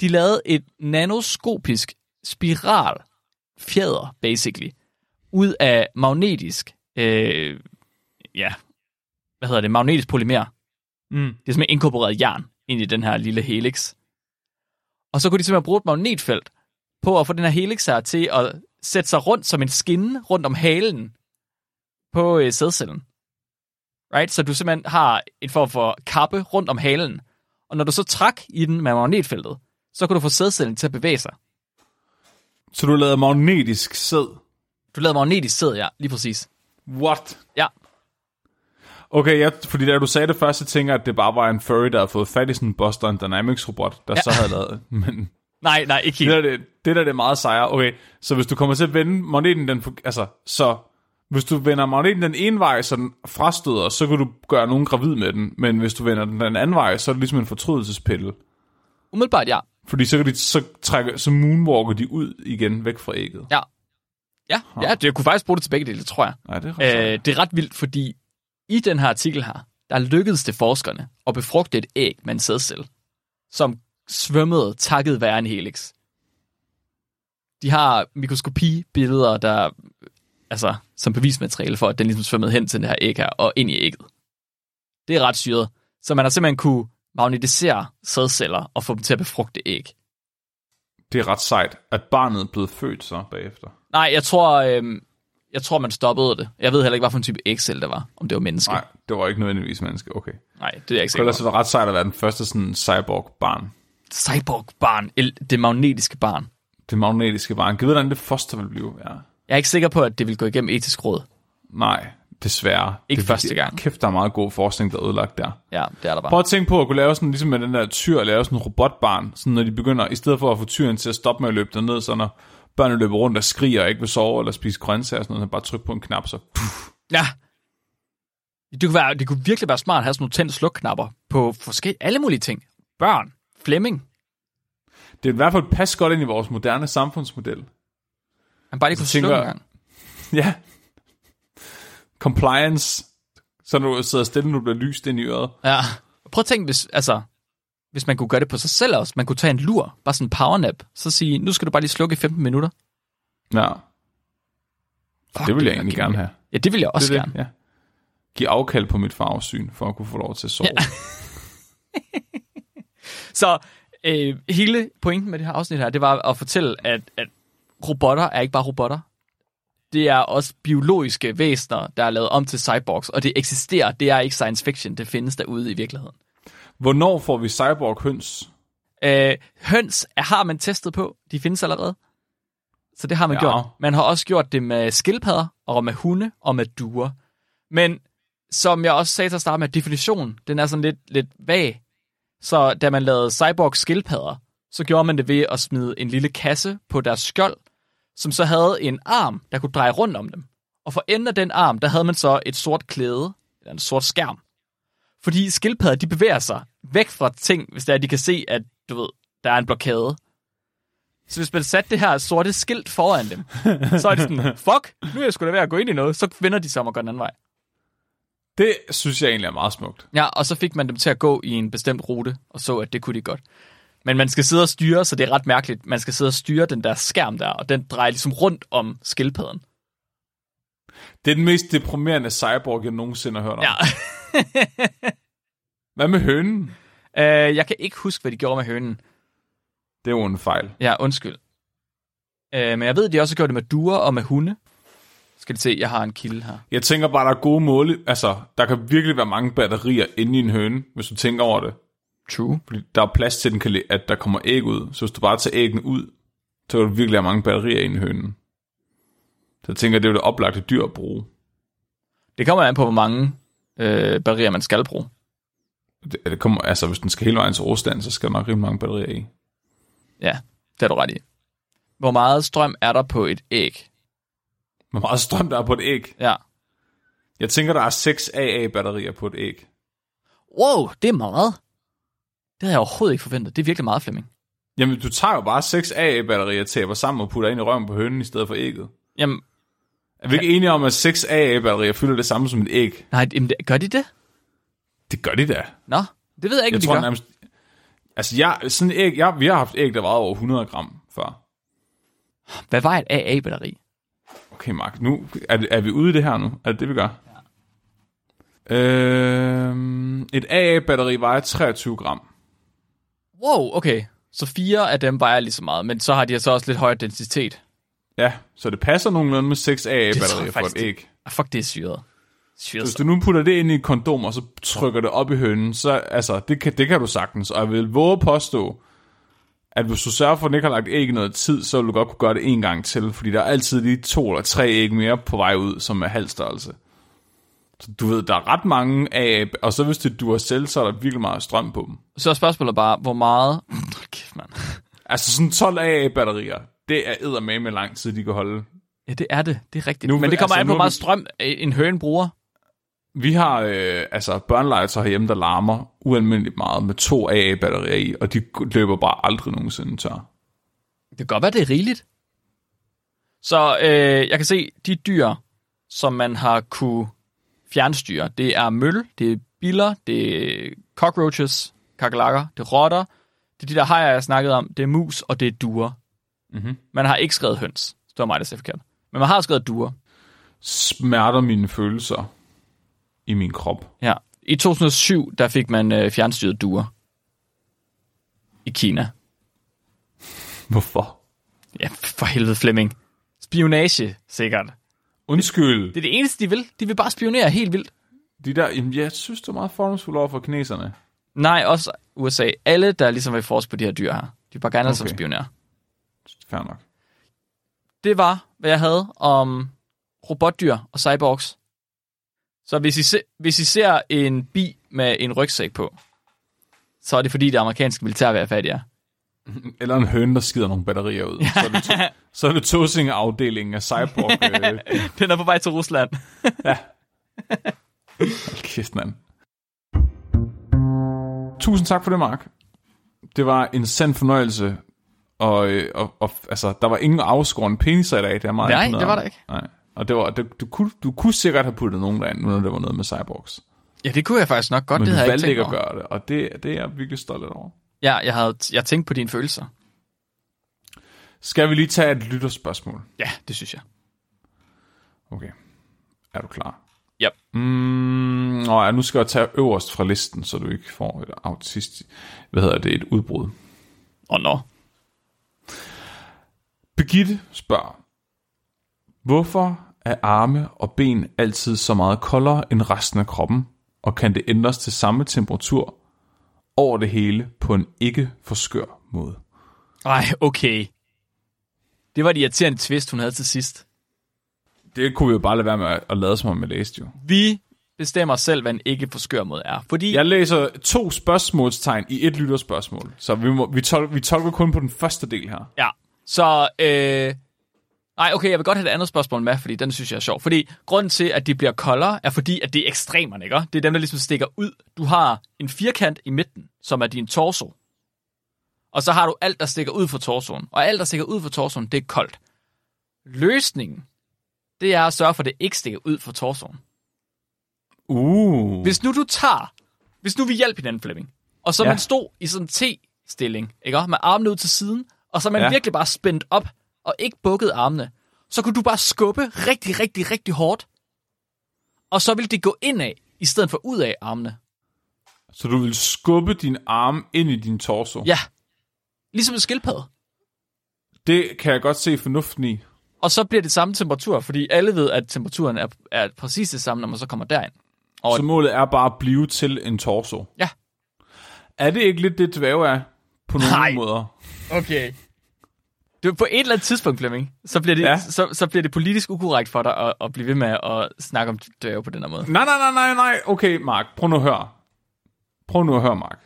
Speaker 2: de lavede et nanoskopisk spiral fjeder, basically, ud af magnetisk, øh, ja, hvad hedder det, magnetisk polymer.
Speaker 1: Mm.
Speaker 2: Det er simpelthen inkorporeret jern ind i den her lille helix. Og så kunne de simpelthen bruge et magnetfelt på at få den her helix her til at sætte sig rundt som en skinne rundt om halen på øh, sædcellen. Right? Så du simpelthen har en form for kappe rundt om halen. Og når du så trak i den med magnetfeltet, så kunne du få sædcellen til at bevæge sig.
Speaker 1: Så du lavede magnetisk sæd.
Speaker 2: Du lavede magnetisk sæd, ja, lige præcis.
Speaker 1: What?
Speaker 2: Ja,
Speaker 1: Okay, ja, fordi da du sagde det først, så tænker jeg, at det bare var en furry, der havde fået fat i sådan en Boston Dynamics-robot, der ja. så havde lavet det. Men
Speaker 2: nej, nej, ikke
Speaker 1: det
Speaker 2: helt.
Speaker 1: der, det, det der det er meget sejere. Okay, så hvis du kommer til at vende magneten, den, fu- altså, så hvis du vender magneten den ene vej, så den frastøder, så kan du gøre nogen gravid med den. Men hvis du vender den den anden vej, så er det ligesom en fortrydelsespille.
Speaker 2: Umiddelbart, ja.
Speaker 1: Fordi så, kan de, så, trække, så moonwalker de ud igen væk fra ægget.
Speaker 2: Ja, ja, ja det, jeg kunne faktisk bruge det til begge dele, tror jeg.
Speaker 1: Ja, det er ret sejt.
Speaker 2: Øh, det er ret vildt, fordi i den her artikel her, der lykkedes det forskerne at befrugte et æg med en sædcelle, som svømmede takket være en helix. De har mikroskopibilleder, der altså, som bevismateriale for, at den ligesom svømmede hen til det her æg her og ind i ægget. Det er ret syret. Så man har simpelthen kunne magnetisere sædceller og få dem til at befrugte æg.
Speaker 1: det er ret sejt, at barnet er blevet født så bagefter.
Speaker 2: Nej, jeg tror, øhm, jeg tror, man stoppede det. Jeg ved heller ikke, hvilken type ægcelle det var. Om det var menneske.
Speaker 1: Nej, det var ikke nødvendigvis menneske. Okay.
Speaker 2: Nej det er jeg ikke
Speaker 1: Det
Speaker 2: sikker på.
Speaker 1: ellers var det ret sejt at være den første sådan cyborg-barn.
Speaker 2: cyborg-barn, el- det magnetiske barn.
Speaker 1: Det magnetiske barn. Giv hvordan det foster vil blive. Ja.
Speaker 2: Jeg er ikke sikker på, at det vil gå igennem etisk råd.
Speaker 1: Nej, desværre.
Speaker 2: Ikke
Speaker 1: det,
Speaker 2: første gang.
Speaker 1: Kæft, der er meget god forskning, der er ødelagt der.
Speaker 2: Ja, det er der bare.
Speaker 1: Prøv at tænke på at kunne lave sådan, ligesom med den der tyr, at lave sådan en robotbarn, sådan når de begynder, i stedet for at få tyren til at stoppe med at løbe derned, så når børnene løber rundt og skriger og ikke vil sove eller spise grøntsager og sådan noget, så bare tryk på en knap, så
Speaker 2: Ja. Det kunne, være, det kunne virkelig være smart at have sådan nogle tændt slukknapper på forskellige, alle mulige ting. Børn, Flemming.
Speaker 1: det er i hvert fald pas godt ind i vores moderne samfundsmodel.
Speaker 2: Han bare lige kunne
Speaker 1: Så tænker
Speaker 2: slukke en
Speaker 1: jeg-
Speaker 2: gang.
Speaker 1: Ja. Compliance. Så når du sidder stille, når du bliver lyst ind i øret.
Speaker 2: Ja. Prøv at tænke, hvis, altså, hvis man kunne gøre det på sig selv også. Man kunne tage en lur, bare sådan en powernap, så sige, nu skal du bare lige slukke i 15 minutter.
Speaker 1: Ja,
Speaker 2: Fuck,
Speaker 1: det vil jeg
Speaker 2: være
Speaker 1: egentlig
Speaker 2: genialt.
Speaker 1: gerne have.
Speaker 2: Ja, det vil jeg også
Speaker 1: Det er
Speaker 2: gerne.
Speaker 1: det, ja. Giv afkald på mit farvesyn, for at kunne få lov til at sove. Ja.
Speaker 2: Så øh, hele pointen med det her afsnit her, det var at fortælle, at, at robotter er ikke bare robotter. Det er også biologiske væsener, der er lavet om til cyborgs, og det eksisterer. Det er ikke science fiction, det findes derude i virkeligheden.
Speaker 1: Hvornår får vi cyborg-høns?
Speaker 2: Øh, høns er- har man testet på, de findes allerede. Så det har man ja.
Speaker 1: Ja.
Speaker 2: gjort. Man har også gjort det med skildpadder, og med hunde, og med duer. Men som jeg også sagde til at starte med, definitionen, den er sådan lidt, lidt vag. Så da man lavede cyborg skildpadder, så gjorde man det ved at smide en lille kasse på deres skjold, som så havde en arm, der kunne dreje rundt om dem. Og for enden af den arm, der havde man så et sort klæde, eller en sort skærm. Fordi skildpadder, de bevæger sig væk fra ting, hvis der de kan se, at du ved, der er en blokade. Så hvis man satte det her sorte skilt foran dem, så er de sådan, fuck, nu er jeg sgu da ved at gå ind i noget. Så vender de sig om og går den anden vej.
Speaker 1: Det synes jeg egentlig er meget smukt.
Speaker 2: Ja, og så fik man dem til at gå i en bestemt rute, og så, at det kunne de godt. Men man skal sidde og styre, så det er ret mærkeligt. Man skal sidde og styre den der skærm der, og den drejer ligesom rundt om skildpadden.
Speaker 1: Det er den mest deprimerende cyborg, jeg nogensinde har hørt om.
Speaker 2: Ja.
Speaker 1: Hvad med hønen?
Speaker 2: øh, jeg kan ikke huske, hvad de gjorde med hønen.
Speaker 1: Det er jo en fejl.
Speaker 2: Ja, undskyld. Øh, men jeg ved, de også har gjort det med duer og med hunde. Skal de se, jeg har en kilde her.
Speaker 1: Jeg tænker bare, der er gode måle. Altså, der kan virkelig være mange batterier inde i en høne, hvis du tænker over det.
Speaker 2: True.
Speaker 1: Fordi der er plads til, den kan, le- at der kommer æg ud. Så hvis du bare tager æggene ud, så vil der virkelig være mange batterier inde i hønen. Så jeg tænker, det er jo det oplagte dyr at bruge.
Speaker 2: Det kommer an på, hvor mange øh, batterier man skal bruge.
Speaker 1: Det, det kommer, altså, hvis den skal hele vejen til Rusland, så skal der nok rimelig mange batterier i.
Speaker 2: Ja, det er du ret i. Hvor meget strøm er der på et æg?
Speaker 1: Hvor meget strøm der er på et æg.
Speaker 2: Ja.
Speaker 1: Jeg tænker, der er 6 AA-batterier på et æg.
Speaker 2: Wow, det er meget. Det havde jeg overhovedet ikke forventet. Det er virkelig meget, Flemming.
Speaker 1: Jamen, du tager jo bare 6 AA-batterier, taber sammen og putter ind i røven på hønen i stedet for ægget.
Speaker 2: Jamen,
Speaker 1: Er vi ikke enige om, at 6 AA-batterier fylder det samme som et æg?
Speaker 2: nej, jamen, det- gør de det?
Speaker 1: Det gør de da.
Speaker 2: Nå, det ved jeg ikke,
Speaker 1: Jeg
Speaker 2: om de
Speaker 1: tror
Speaker 2: gør.
Speaker 1: nærmest... Altså, jeg, sådan et æg, jeg, vi har haft æg, der vejede over 100 gram før.
Speaker 2: Hvad var et AA-batteri?
Speaker 1: Okay, Mark, nu er, det- er vi ude i det her nu? Er det det, vi gør? Ja. Øhm, et AA-batteri vejer 23 gram.
Speaker 2: Wow, okay. Så fire af dem vejer lige så meget, men så har de så også lidt højere densitet.
Speaker 1: Ja, så det passer nogenlunde med 6
Speaker 2: tror
Speaker 1: AA-batterier
Speaker 2: jeg
Speaker 1: for
Speaker 2: faktisk,
Speaker 1: et æg.
Speaker 2: Ah, fuck, det er syret.
Speaker 1: Så
Speaker 2: Syret.
Speaker 1: hvis du nu putter det ind i et kondom, og så trykker det op i hønen, så altså, det kan, det kan du sagtens. Og jeg vil våge at påstå, at hvis du sørger for, at den ikke har lagt æg i noget tid, så vil du godt kunne gøre det en gang til, fordi der er altid lige to eller tre æg mere på vej ud, som er halv størrelse. Så du ved, der er ret mange af, og så hvis det du har selv, så er der virkelig meget strøm på dem.
Speaker 2: Så er spørgsmålet bare, hvor meget... Hold Kæft, mand.
Speaker 1: Altså sådan 12 AA-batterier, det er eddermame med lang tid, de kan holde.
Speaker 2: Ja, det er det. Det er rigtigt.
Speaker 1: Nu-
Speaker 2: Nu, men det kommer
Speaker 1: altså,
Speaker 2: altså, an på,
Speaker 1: nu-
Speaker 2: hvor meget strøm øh, en høne bruger.
Speaker 1: Vi har øh, altså børnelegetøj herhjemme, der larmer ualmindeligt meget med to AA-batterier i, og de løber bare aldrig nogensinde tør.
Speaker 2: Det kan godt være, det er rigeligt. Så øh, jeg kan se, de dyr, som man har kunne fjernstyre, det er møl, det er biller, det er cockroaches, kakelakker, det er rotter, det er de der hajer, jeg snakkede om, det er mus, og det er duer.
Speaker 1: Mhm.
Speaker 2: Man har ikke skrevet høns. Det var mig, der sagde forkert. Men man har skrevet duer.
Speaker 1: Smerter mine følelser i min krop.
Speaker 2: Ja. I 2007, der fik man øh, fjernstyret duer. I Kina.
Speaker 1: Hvorfor?
Speaker 2: Ja, for helvede, Flemming. Spionage, sikkert.
Speaker 1: Undskyld.
Speaker 2: Det er det eneste, de vil. De vil bare spionere helt vildt.
Speaker 1: De der, jamen, jeg synes, det er meget fordomsfuldt over for kineserne.
Speaker 2: Nej, også USA. Alle, der ligesom var i forrest på de her dyr her, de vil bare gerne okay. som
Speaker 1: Okay.
Speaker 2: spionerer.
Speaker 1: Fair nok.
Speaker 2: Det var, hvad jeg havde om robotdyr og cyborgs. Så hvis I, se, hvis I ser en bi med en rygsæk på, så er det fordi, det amerikanske militær vil have fat i jer.
Speaker 1: Eller en høne, der skider nogle batterier ud. Så er det, to- så er det tosingeafdelingen af cyborg. Øh,
Speaker 2: Den er på vej til Rusland.
Speaker 1: Hold kæft, mand. Tusind tak for det, Mark. Det var en sand fornøjelse. Og, øh, og, og altså, der var ingen afskårende peniser i dag. Det er meget
Speaker 2: Nej,
Speaker 1: imponerende.
Speaker 2: det var der ikke.
Speaker 1: Nej. Og det var, det, du, kunne, du kunne sikkert have puttet nogen derind, nu når det var noget med cyborgs.
Speaker 2: Ja, det kunne jeg faktisk nok godt.
Speaker 1: Men
Speaker 2: det
Speaker 1: du
Speaker 2: havde jeg
Speaker 1: valgte
Speaker 2: ikke
Speaker 1: ikke
Speaker 2: tænkt
Speaker 1: at
Speaker 2: over.
Speaker 1: gøre det, og det, det er jeg virkelig stolt over.
Speaker 2: Ja, jeg, havde, jeg tænkte på dine følelser.
Speaker 1: Skal vi lige tage et lytterspørgsmål?
Speaker 2: Ja, det synes jeg.
Speaker 1: Okay. Er du klar?
Speaker 2: Yep.
Speaker 1: Mm, og ja, nu skal jeg tage øverst fra listen, så du ikke får et autist... Hvad hedder det? Et udbrud.
Speaker 2: Og nå.
Speaker 1: Birgitte spørger, hvorfor er arme og ben altid så meget koldere end resten af kroppen, og kan det ændres til samme temperatur over det hele på en ikke for skør måde?
Speaker 2: Ej, okay. Det var et irriterende twist, hun havde til sidst.
Speaker 1: Det kunne vi jo bare lade være med at lade som om jeg læste jo.
Speaker 2: Vi bestemmer selv, hvad en ikke forskør mod er. Fordi
Speaker 1: Jeg læser to spørgsmålstegn i et lytterspørgsmål, så vi, må, vi, tol- vi tolker kun på den første del her.
Speaker 2: Ja. Så, øh... Nej, okay, jeg vil godt have et andet spørgsmål med, fordi den synes jeg er sjov. Fordi grunden til, at de bliver koldere, er fordi, at det er ekstremerne, ikke? Det er dem, der ligesom stikker ud. Du har en firkant i midten, som er din torso. Og så har du alt, der stikker ud fra torsoen. Og alt, der stikker ud fra torsoen, det er koldt. Løsningen, det er at sørge for, at det ikke stikker ud fra torsoen.
Speaker 1: Uh.
Speaker 2: Hvis nu du tager, hvis nu vi hjalp hinanden, Flemming, og så ja.
Speaker 1: Ja.
Speaker 2: man stod i sådan en T-stilling, ikke? også? med armene ud til siden, og så man ja.
Speaker 1: Ja.
Speaker 2: virkelig bare spændt op, og ikke bukket armene, så kunne du bare skubbe rigtig, rigtig, rigtig hårdt, og så ville det gå indad, i stedet for ud af armene.
Speaker 1: Så du vil skubbe din arm ind i din torso.
Speaker 2: Ja. Ligesom en skildpadde.
Speaker 1: Det kan jeg godt se fornuften i.
Speaker 2: Og så bliver det samme temperatur, fordi alle ved, at temperaturen er, er præcis det samme, når man så kommer derind. Og-
Speaker 1: Så målet er bare at blive til en torso.
Speaker 2: Ja.
Speaker 1: Er det ikke lidt det dværge er på nogle
Speaker 2: Nej.
Speaker 1: måder?
Speaker 2: Okay. Du, på et eller andet tidspunkt, Flemming, så bliver det, ja.
Speaker 1: Ja.
Speaker 2: så, så bliver det politisk ukorrekt for dig at, at blive ved med at snakke om dværge på den her måde.
Speaker 1: Nej, nej, nej, nej, nej. Okay, Mark. Prøv nu at høre. Prøv nu at høre, Mark.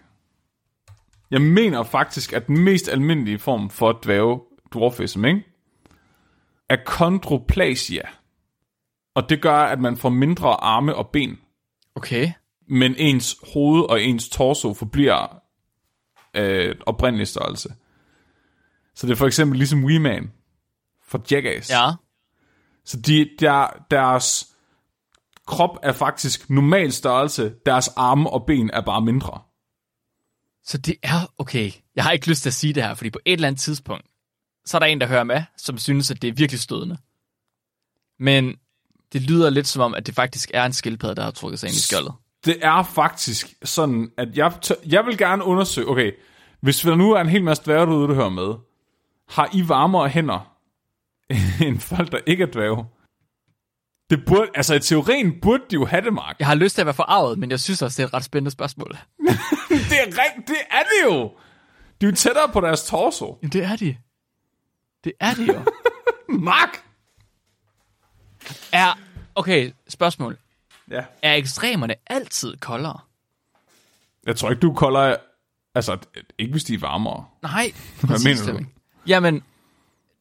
Speaker 1: Jeg mener faktisk, at den mest almindelige form for dværge dwarfism, ikke? er kondroplasia. Og det gør, at man får mindre arme og ben.
Speaker 2: Okay.
Speaker 1: men ens hoved og ens torso forbliver øh, oprindelig størrelse. Så det er for eksempel ligesom Wee Man fra Jackass.
Speaker 2: Ja.
Speaker 1: Så de, der, deres krop er faktisk normal størrelse, deres arme og ben er bare mindre.
Speaker 2: Så det er okay. Jeg har ikke lyst til at sige det her, fordi på et eller andet tidspunkt, så er der en, der hører med, som synes, at det er virkelig stødende. Men det lyder lidt som om, at det faktisk er en skildpadde, der har trukket sig ind i skjoldet.
Speaker 1: Det er faktisk sådan, at jeg, tør- jeg vil gerne undersøge, okay, hvis der nu er en hel masse dværge derude, du hører med, har I varmere hænder end folk, der ikke er dværge? Det burde, altså i teorien burde de jo have det, Mark.
Speaker 2: Jeg har lyst til at være forarvet, men jeg synes også, det er et ret spændende spørgsmål.
Speaker 1: Det er, rigt, det er det jo! De er jo tættere på deres torso.
Speaker 2: Jamen, det er de. Det er de jo.
Speaker 1: Mark!
Speaker 2: er, okay, spørgsmål.
Speaker 1: Ja.
Speaker 2: Er ekstremerne altid koldere?
Speaker 1: Jeg tror ikke, du kolder... Altså, ikke hvis de er varmere.
Speaker 2: Nej,
Speaker 1: mener du?
Speaker 2: Flemming. Jamen,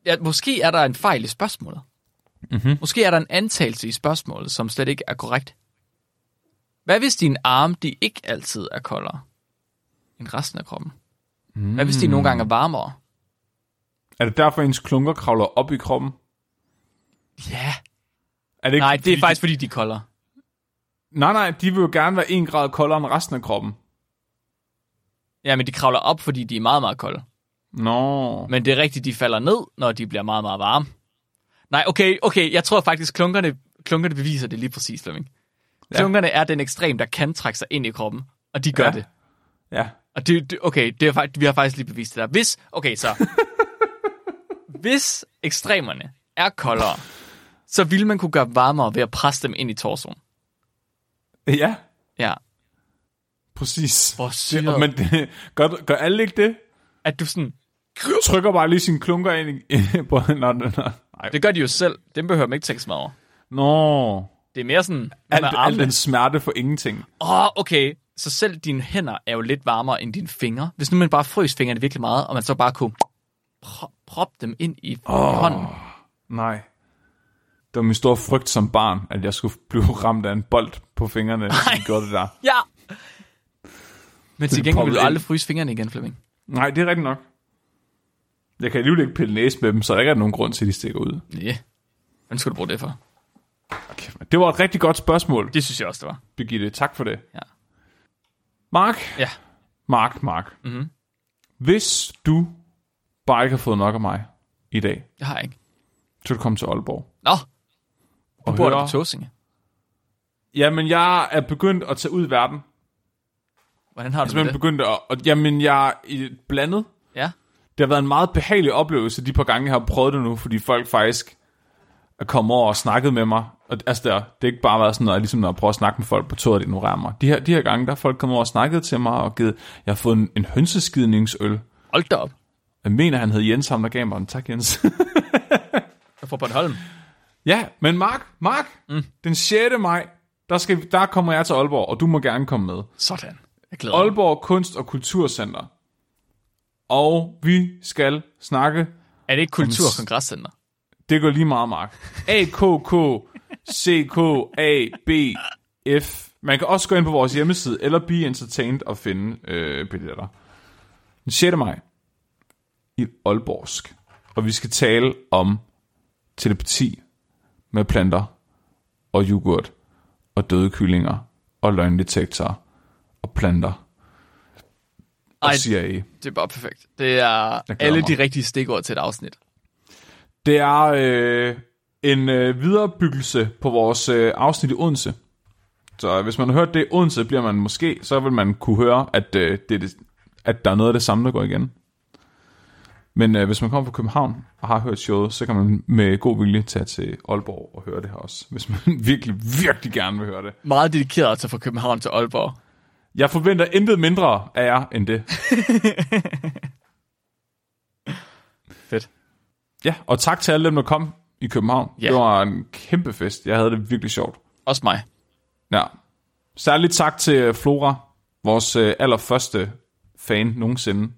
Speaker 2: ja, måske er der en fejl i spørgsmålet.
Speaker 1: Mhm.
Speaker 2: Mm-hmm. Måske er der en antagelse i spørgsmålet, som slet ikke er korrekt. Hvad hvis dine arme, de ikke altid er koldere end resten af kroppen? Mm. Hvad hvis de nogle gange er varmere?
Speaker 1: Er det derfor, ens klunker kravler op i kroppen?
Speaker 2: Ja.
Speaker 1: Er det ikke,
Speaker 2: Nej, det er
Speaker 1: fordi-
Speaker 2: faktisk, fordi de er koldere.
Speaker 1: Nej, nej, de vil jo gerne være en grad koldere end resten af kroppen.
Speaker 2: Ja, men de kravler op, fordi de er meget, meget kolde.
Speaker 1: Nå.
Speaker 2: Men det er rigtigt, de falder ned, når de bliver meget, meget varme. Nej, okay, okay, jeg tror faktisk, klunkerne, klunkerne beviser det lige præcis, Flemming. Ja.
Speaker 1: Ja.
Speaker 2: Klunkerne er den ekstrem, der kan trække sig ind i kroppen, og de gør ja.
Speaker 1: Ja.
Speaker 2: det.
Speaker 1: Ja.
Speaker 2: Og det, det okay, det er, fakt- vi har faktisk lige bevist det der. Hvis, okay, så. hvis ekstremerne er koldere, så ville man kunne gøre dem varmere ved at presse dem ind i torsoen.
Speaker 1: Ja,
Speaker 2: Ja.
Speaker 1: præcis.
Speaker 2: Hvor
Speaker 1: Det-
Speaker 2: syret.
Speaker 1: Men det, gør, gør alle ikke det?
Speaker 2: At du sådan,
Speaker 1: Trykker bare lige sine klunker ind i... på, når, når, nej.
Speaker 2: det gør de jo selv. Dem behøver man ikke tænke så meget over.
Speaker 1: Nå.
Speaker 2: Det er mere sådan,
Speaker 1: Alt,
Speaker 2: med
Speaker 1: al
Speaker 2: armene.
Speaker 1: den smerte for ingenting.
Speaker 2: Åh, oh, okay. Så selv dine hænder er jo lidt varmere end dine fingre. Hvis nu man bare frøs fingrene virkelig meget, og man så bare kunne pro- proppe dem ind i oh. hånden.
Speaker 1: Nej. Det var min store frygt som barn, at jeg skulle blive ramt af en bold på fingrene, hvis jeg gjorde det der.
Speaker 2: Ja! Men til
Speaker 1: det
Speaker 2: gengæld vil
Speaker 1: proppet
Speaker 2: du
Speaker 1: ind.
Speaker 2: aldrig fryse fingrene igen, Flemming.
Speaker 1: Nej, det er rigtigt nok. Jeg kan alligevel ikke pille næse med dem, så der ikke er nogen grund til, at de stikker ud.
Speaker 2: Nej. Hvad skulle du bruge det for?
Speaker 1: Okay, men det var et rigtig godt spørgsmål,
Speaker 2: Det synes jeg også, det var.
Speaker 1: Birgitte. Tak for det.
Speaker 2: Ja.
Speaker 1: Mark,
Speaker 2: Ja.
Speaker 1: Mark, Mark. Mm-hmm. Hvis du bare ikke har fået nok af mig i dag,
Speaker 2: Jeg har ikke.
Speaker 1: så kan du komme til Aalborg.
Speaker 2: Nå,
Speaker 1: Og
Speaker 2: bor
Speaker 1: høre-
Speaker 2: du på Tåsinge?
Speaker 1: Jamen, jeg er begyndt at tage ud i verden.
Speaker 2: Hvordan har du
Speaker 1: Altså,
Speaker 2: det
Speaker 1: man
Speaker 2: med det?
Speaker 1: begyndte at... Og, jamen, jeg er i- blandet.
Speaker 2: Ja.
Speaker 1: det har været en meget behagelig oplevelse de par gange, jeg har prøvet det nu, fordi folk faktisk er kommet over og snakket med mig. Og, altså, der, det har ikke bare været sådan noget, ligesom når jeg prøver at snakke med folk på toget, at de ignorerer mig. De her, de her gange, der er folk kommet over og snakket til mig og givet, jeg har fået en, en hønseskidningsøl.
Speaker 2: Hold da op.
Speaker 1: Jeg mener, han hed Jens, ham der gav mig den. Tak, Jens.
Speaker 2: Jeg får Bornholm.
Speaker 1: ja, men Mark, Mark, mm. den 6. maj, Der, skal, der kommer jeg til Aalborg, og du må gerne komme med.
Speaker 2: Sådan. Jeg glæder mig.
Speaker 1: Aalborg Kunst- og Kulturcenter. Og vi skal snakke.
Speaker 2: Er det ikke Kultur- og Kongresscenter?
Speaker 1: Det går lige meget, Mark. AKK, CK, A, B, F. Man kan også gå ind på vores hjemmeside, eller Be Entertained og finde øh, billetter. Den 6. maj i Aalborgsk. Og vi skal tale om telepati med planter og yoghurt og døde kyllinger og løgndetektorer og planter og E.
Speaker 2: Ej,
Speaker 1: CIA.
Speaker 2: det er bare perfekt. Det er
Speaker 1: Jeg glæder
Speaker 2: alle
Speaker 1: mig.
Speaker 2: de rigtige stikord til et afsnit.
Speaker 1: Det er øh, en øh, viderebyggelse på vores øh, afsnit i Odense. Så øh, hvis man har hørt det i Odense, bliver man måske, så vil man kunne høre, at, øh, det er det, at der er noget af det samme, der går igen. Men øh, hvis man kommer fra København og har hørt showet, så kan man med god vilje tage til Aalborg og høre det her også, hvis man virkelig, virkelig gerne vil høre det.
Speaker 2: Meget dedikeret til fra København til Aalborg.
Speaker 1: Jeg forventer intet mindre af jer end det.
Speaker 2: Fedt.
Speaker 1: Ja, og tak til alle dem, der kom i København.
Speaker 2: Ja.
Speaker 1: Det var en kæmpe fest. Jeg havde det virkelig sjovt.
Speaker 2: Også mig.
Speaker 1: Ja. Særligt tak til øh, Flora, vores øh, allerførste fan nogensinde.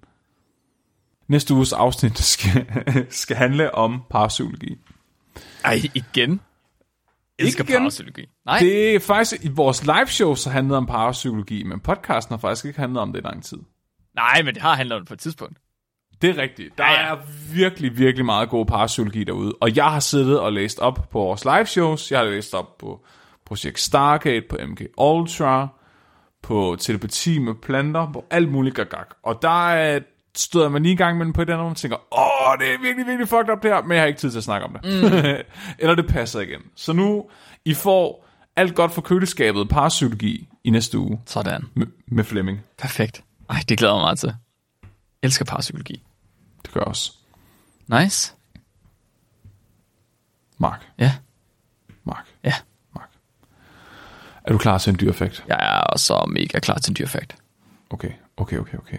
Speaker 1: Næste uges afsnit skal, skal handle om parapsykologi.
Speaker 2: Ej, igen? Jeg elsker
Speaker 1: Igen?
Speaker 2: parapsykologi. Nej, det...
Speaker 1: Det er faktisk i vores live show, så handlede om parapsykologi, men podcasten har faktisk ikke handlet om det i lang tid.
Speaker 2: nej, men det har handlet om det på et tidspunkt.
Speaker 1: Det er rigtigt. Der
Speaker 2: Ja, ja.
Speaker 1: er virkelig, virkelig meget god parapsykologi derude. Og jeg har siddet og læst op på vores live shows. Jeg har læst op på Projekt Stargate, på MK Ultra, på telepati med planter, på alt muligt gagag. Og der øh, støder man lige en gang imellem på et eller andet, og man tænker, åh, det er virkelig, virkelig fucked up det her, men jeg har ikke tid til at snakke om det. Mm. eller det passer igen. Så nu, I får alt godt fra køleskabet parapsykologi i næste uge
Speaker 2: Sådan.
Speaker 1: med, med Flemming.
Speaker 2: Perfekt. Ej, det glæder jeg mig meget til. Jeg elsker parapsykologi.
Speaker 1: Det gør jeg også.
Speaker 2: Nice.
Speaker 1: Mark,
Speaker 2: Ja,
Speaker 1: Mark,
Speaker 2: ja.
Speaker 1: Mark. Er du klar til en dyreffekt?
Speaker 2: Jeg er også mega klar til en dyrfakt.
Speaker 1: Okay, okay, okay, okay.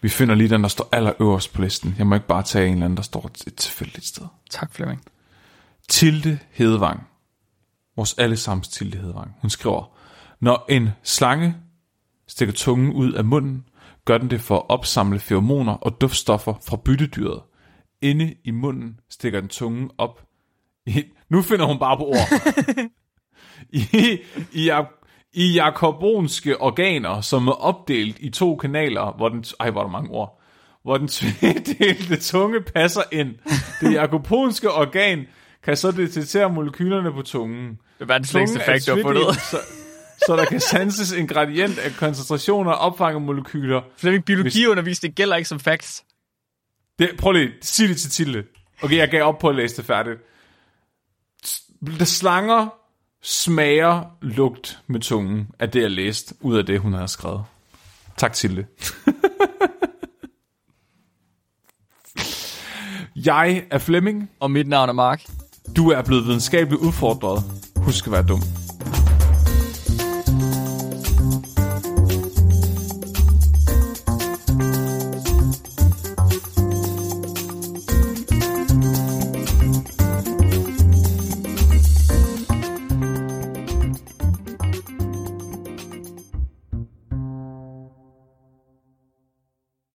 Speaker 1: Vi finder lige den, der står allerøverst på listen. Jeg må ikke bare tage en eller anden, der står et tilfældigt sted.
Speaker 2: Tak, Flemming.
Speaker 1: Tilde Hedevang. Vores allesammens Tilde Hedevang. Hun skriver, når en slange stikker tungen ud af munden, gør den det for at opsamle feromoner og duftstoffer fra byttedyret. Inde i munden stikker den tungen op. I, nu finder hun bare på ord. I, i, i jakobonske organer, som er opdelt i to kanaler, hvor den... Ej, hvor er der mange ord. Hvor den tvedelte tunge passer ind. Det jakobonske organ kan så detektere molekylerne på tungen.
Speaker 2: Det var den slængste
Speaker 1: Tungen er
Speaker 2: fakt, du har fundet.
Speaker 1: tvedelt, Så, så der kan sanses en gradient af koncentrationer og opfanget molekyler.
Speaker 2: Flemming, biologiundervisning gælder ikke som facts.
Speaker 1: Det, prøv lige, sig det til Tilde. Okay, jeg gav op på at læse det færdigt. S- Slanger smager lugt med tungen, af det jeg læste, ud af det, hun havde skrevet. Tak, Tilde. jeg er Flemming.
Speaker 2: Og mit navn er Mark.
Speaker 1: Du er blevet videnskabeligt udfordret. Husk at være dum.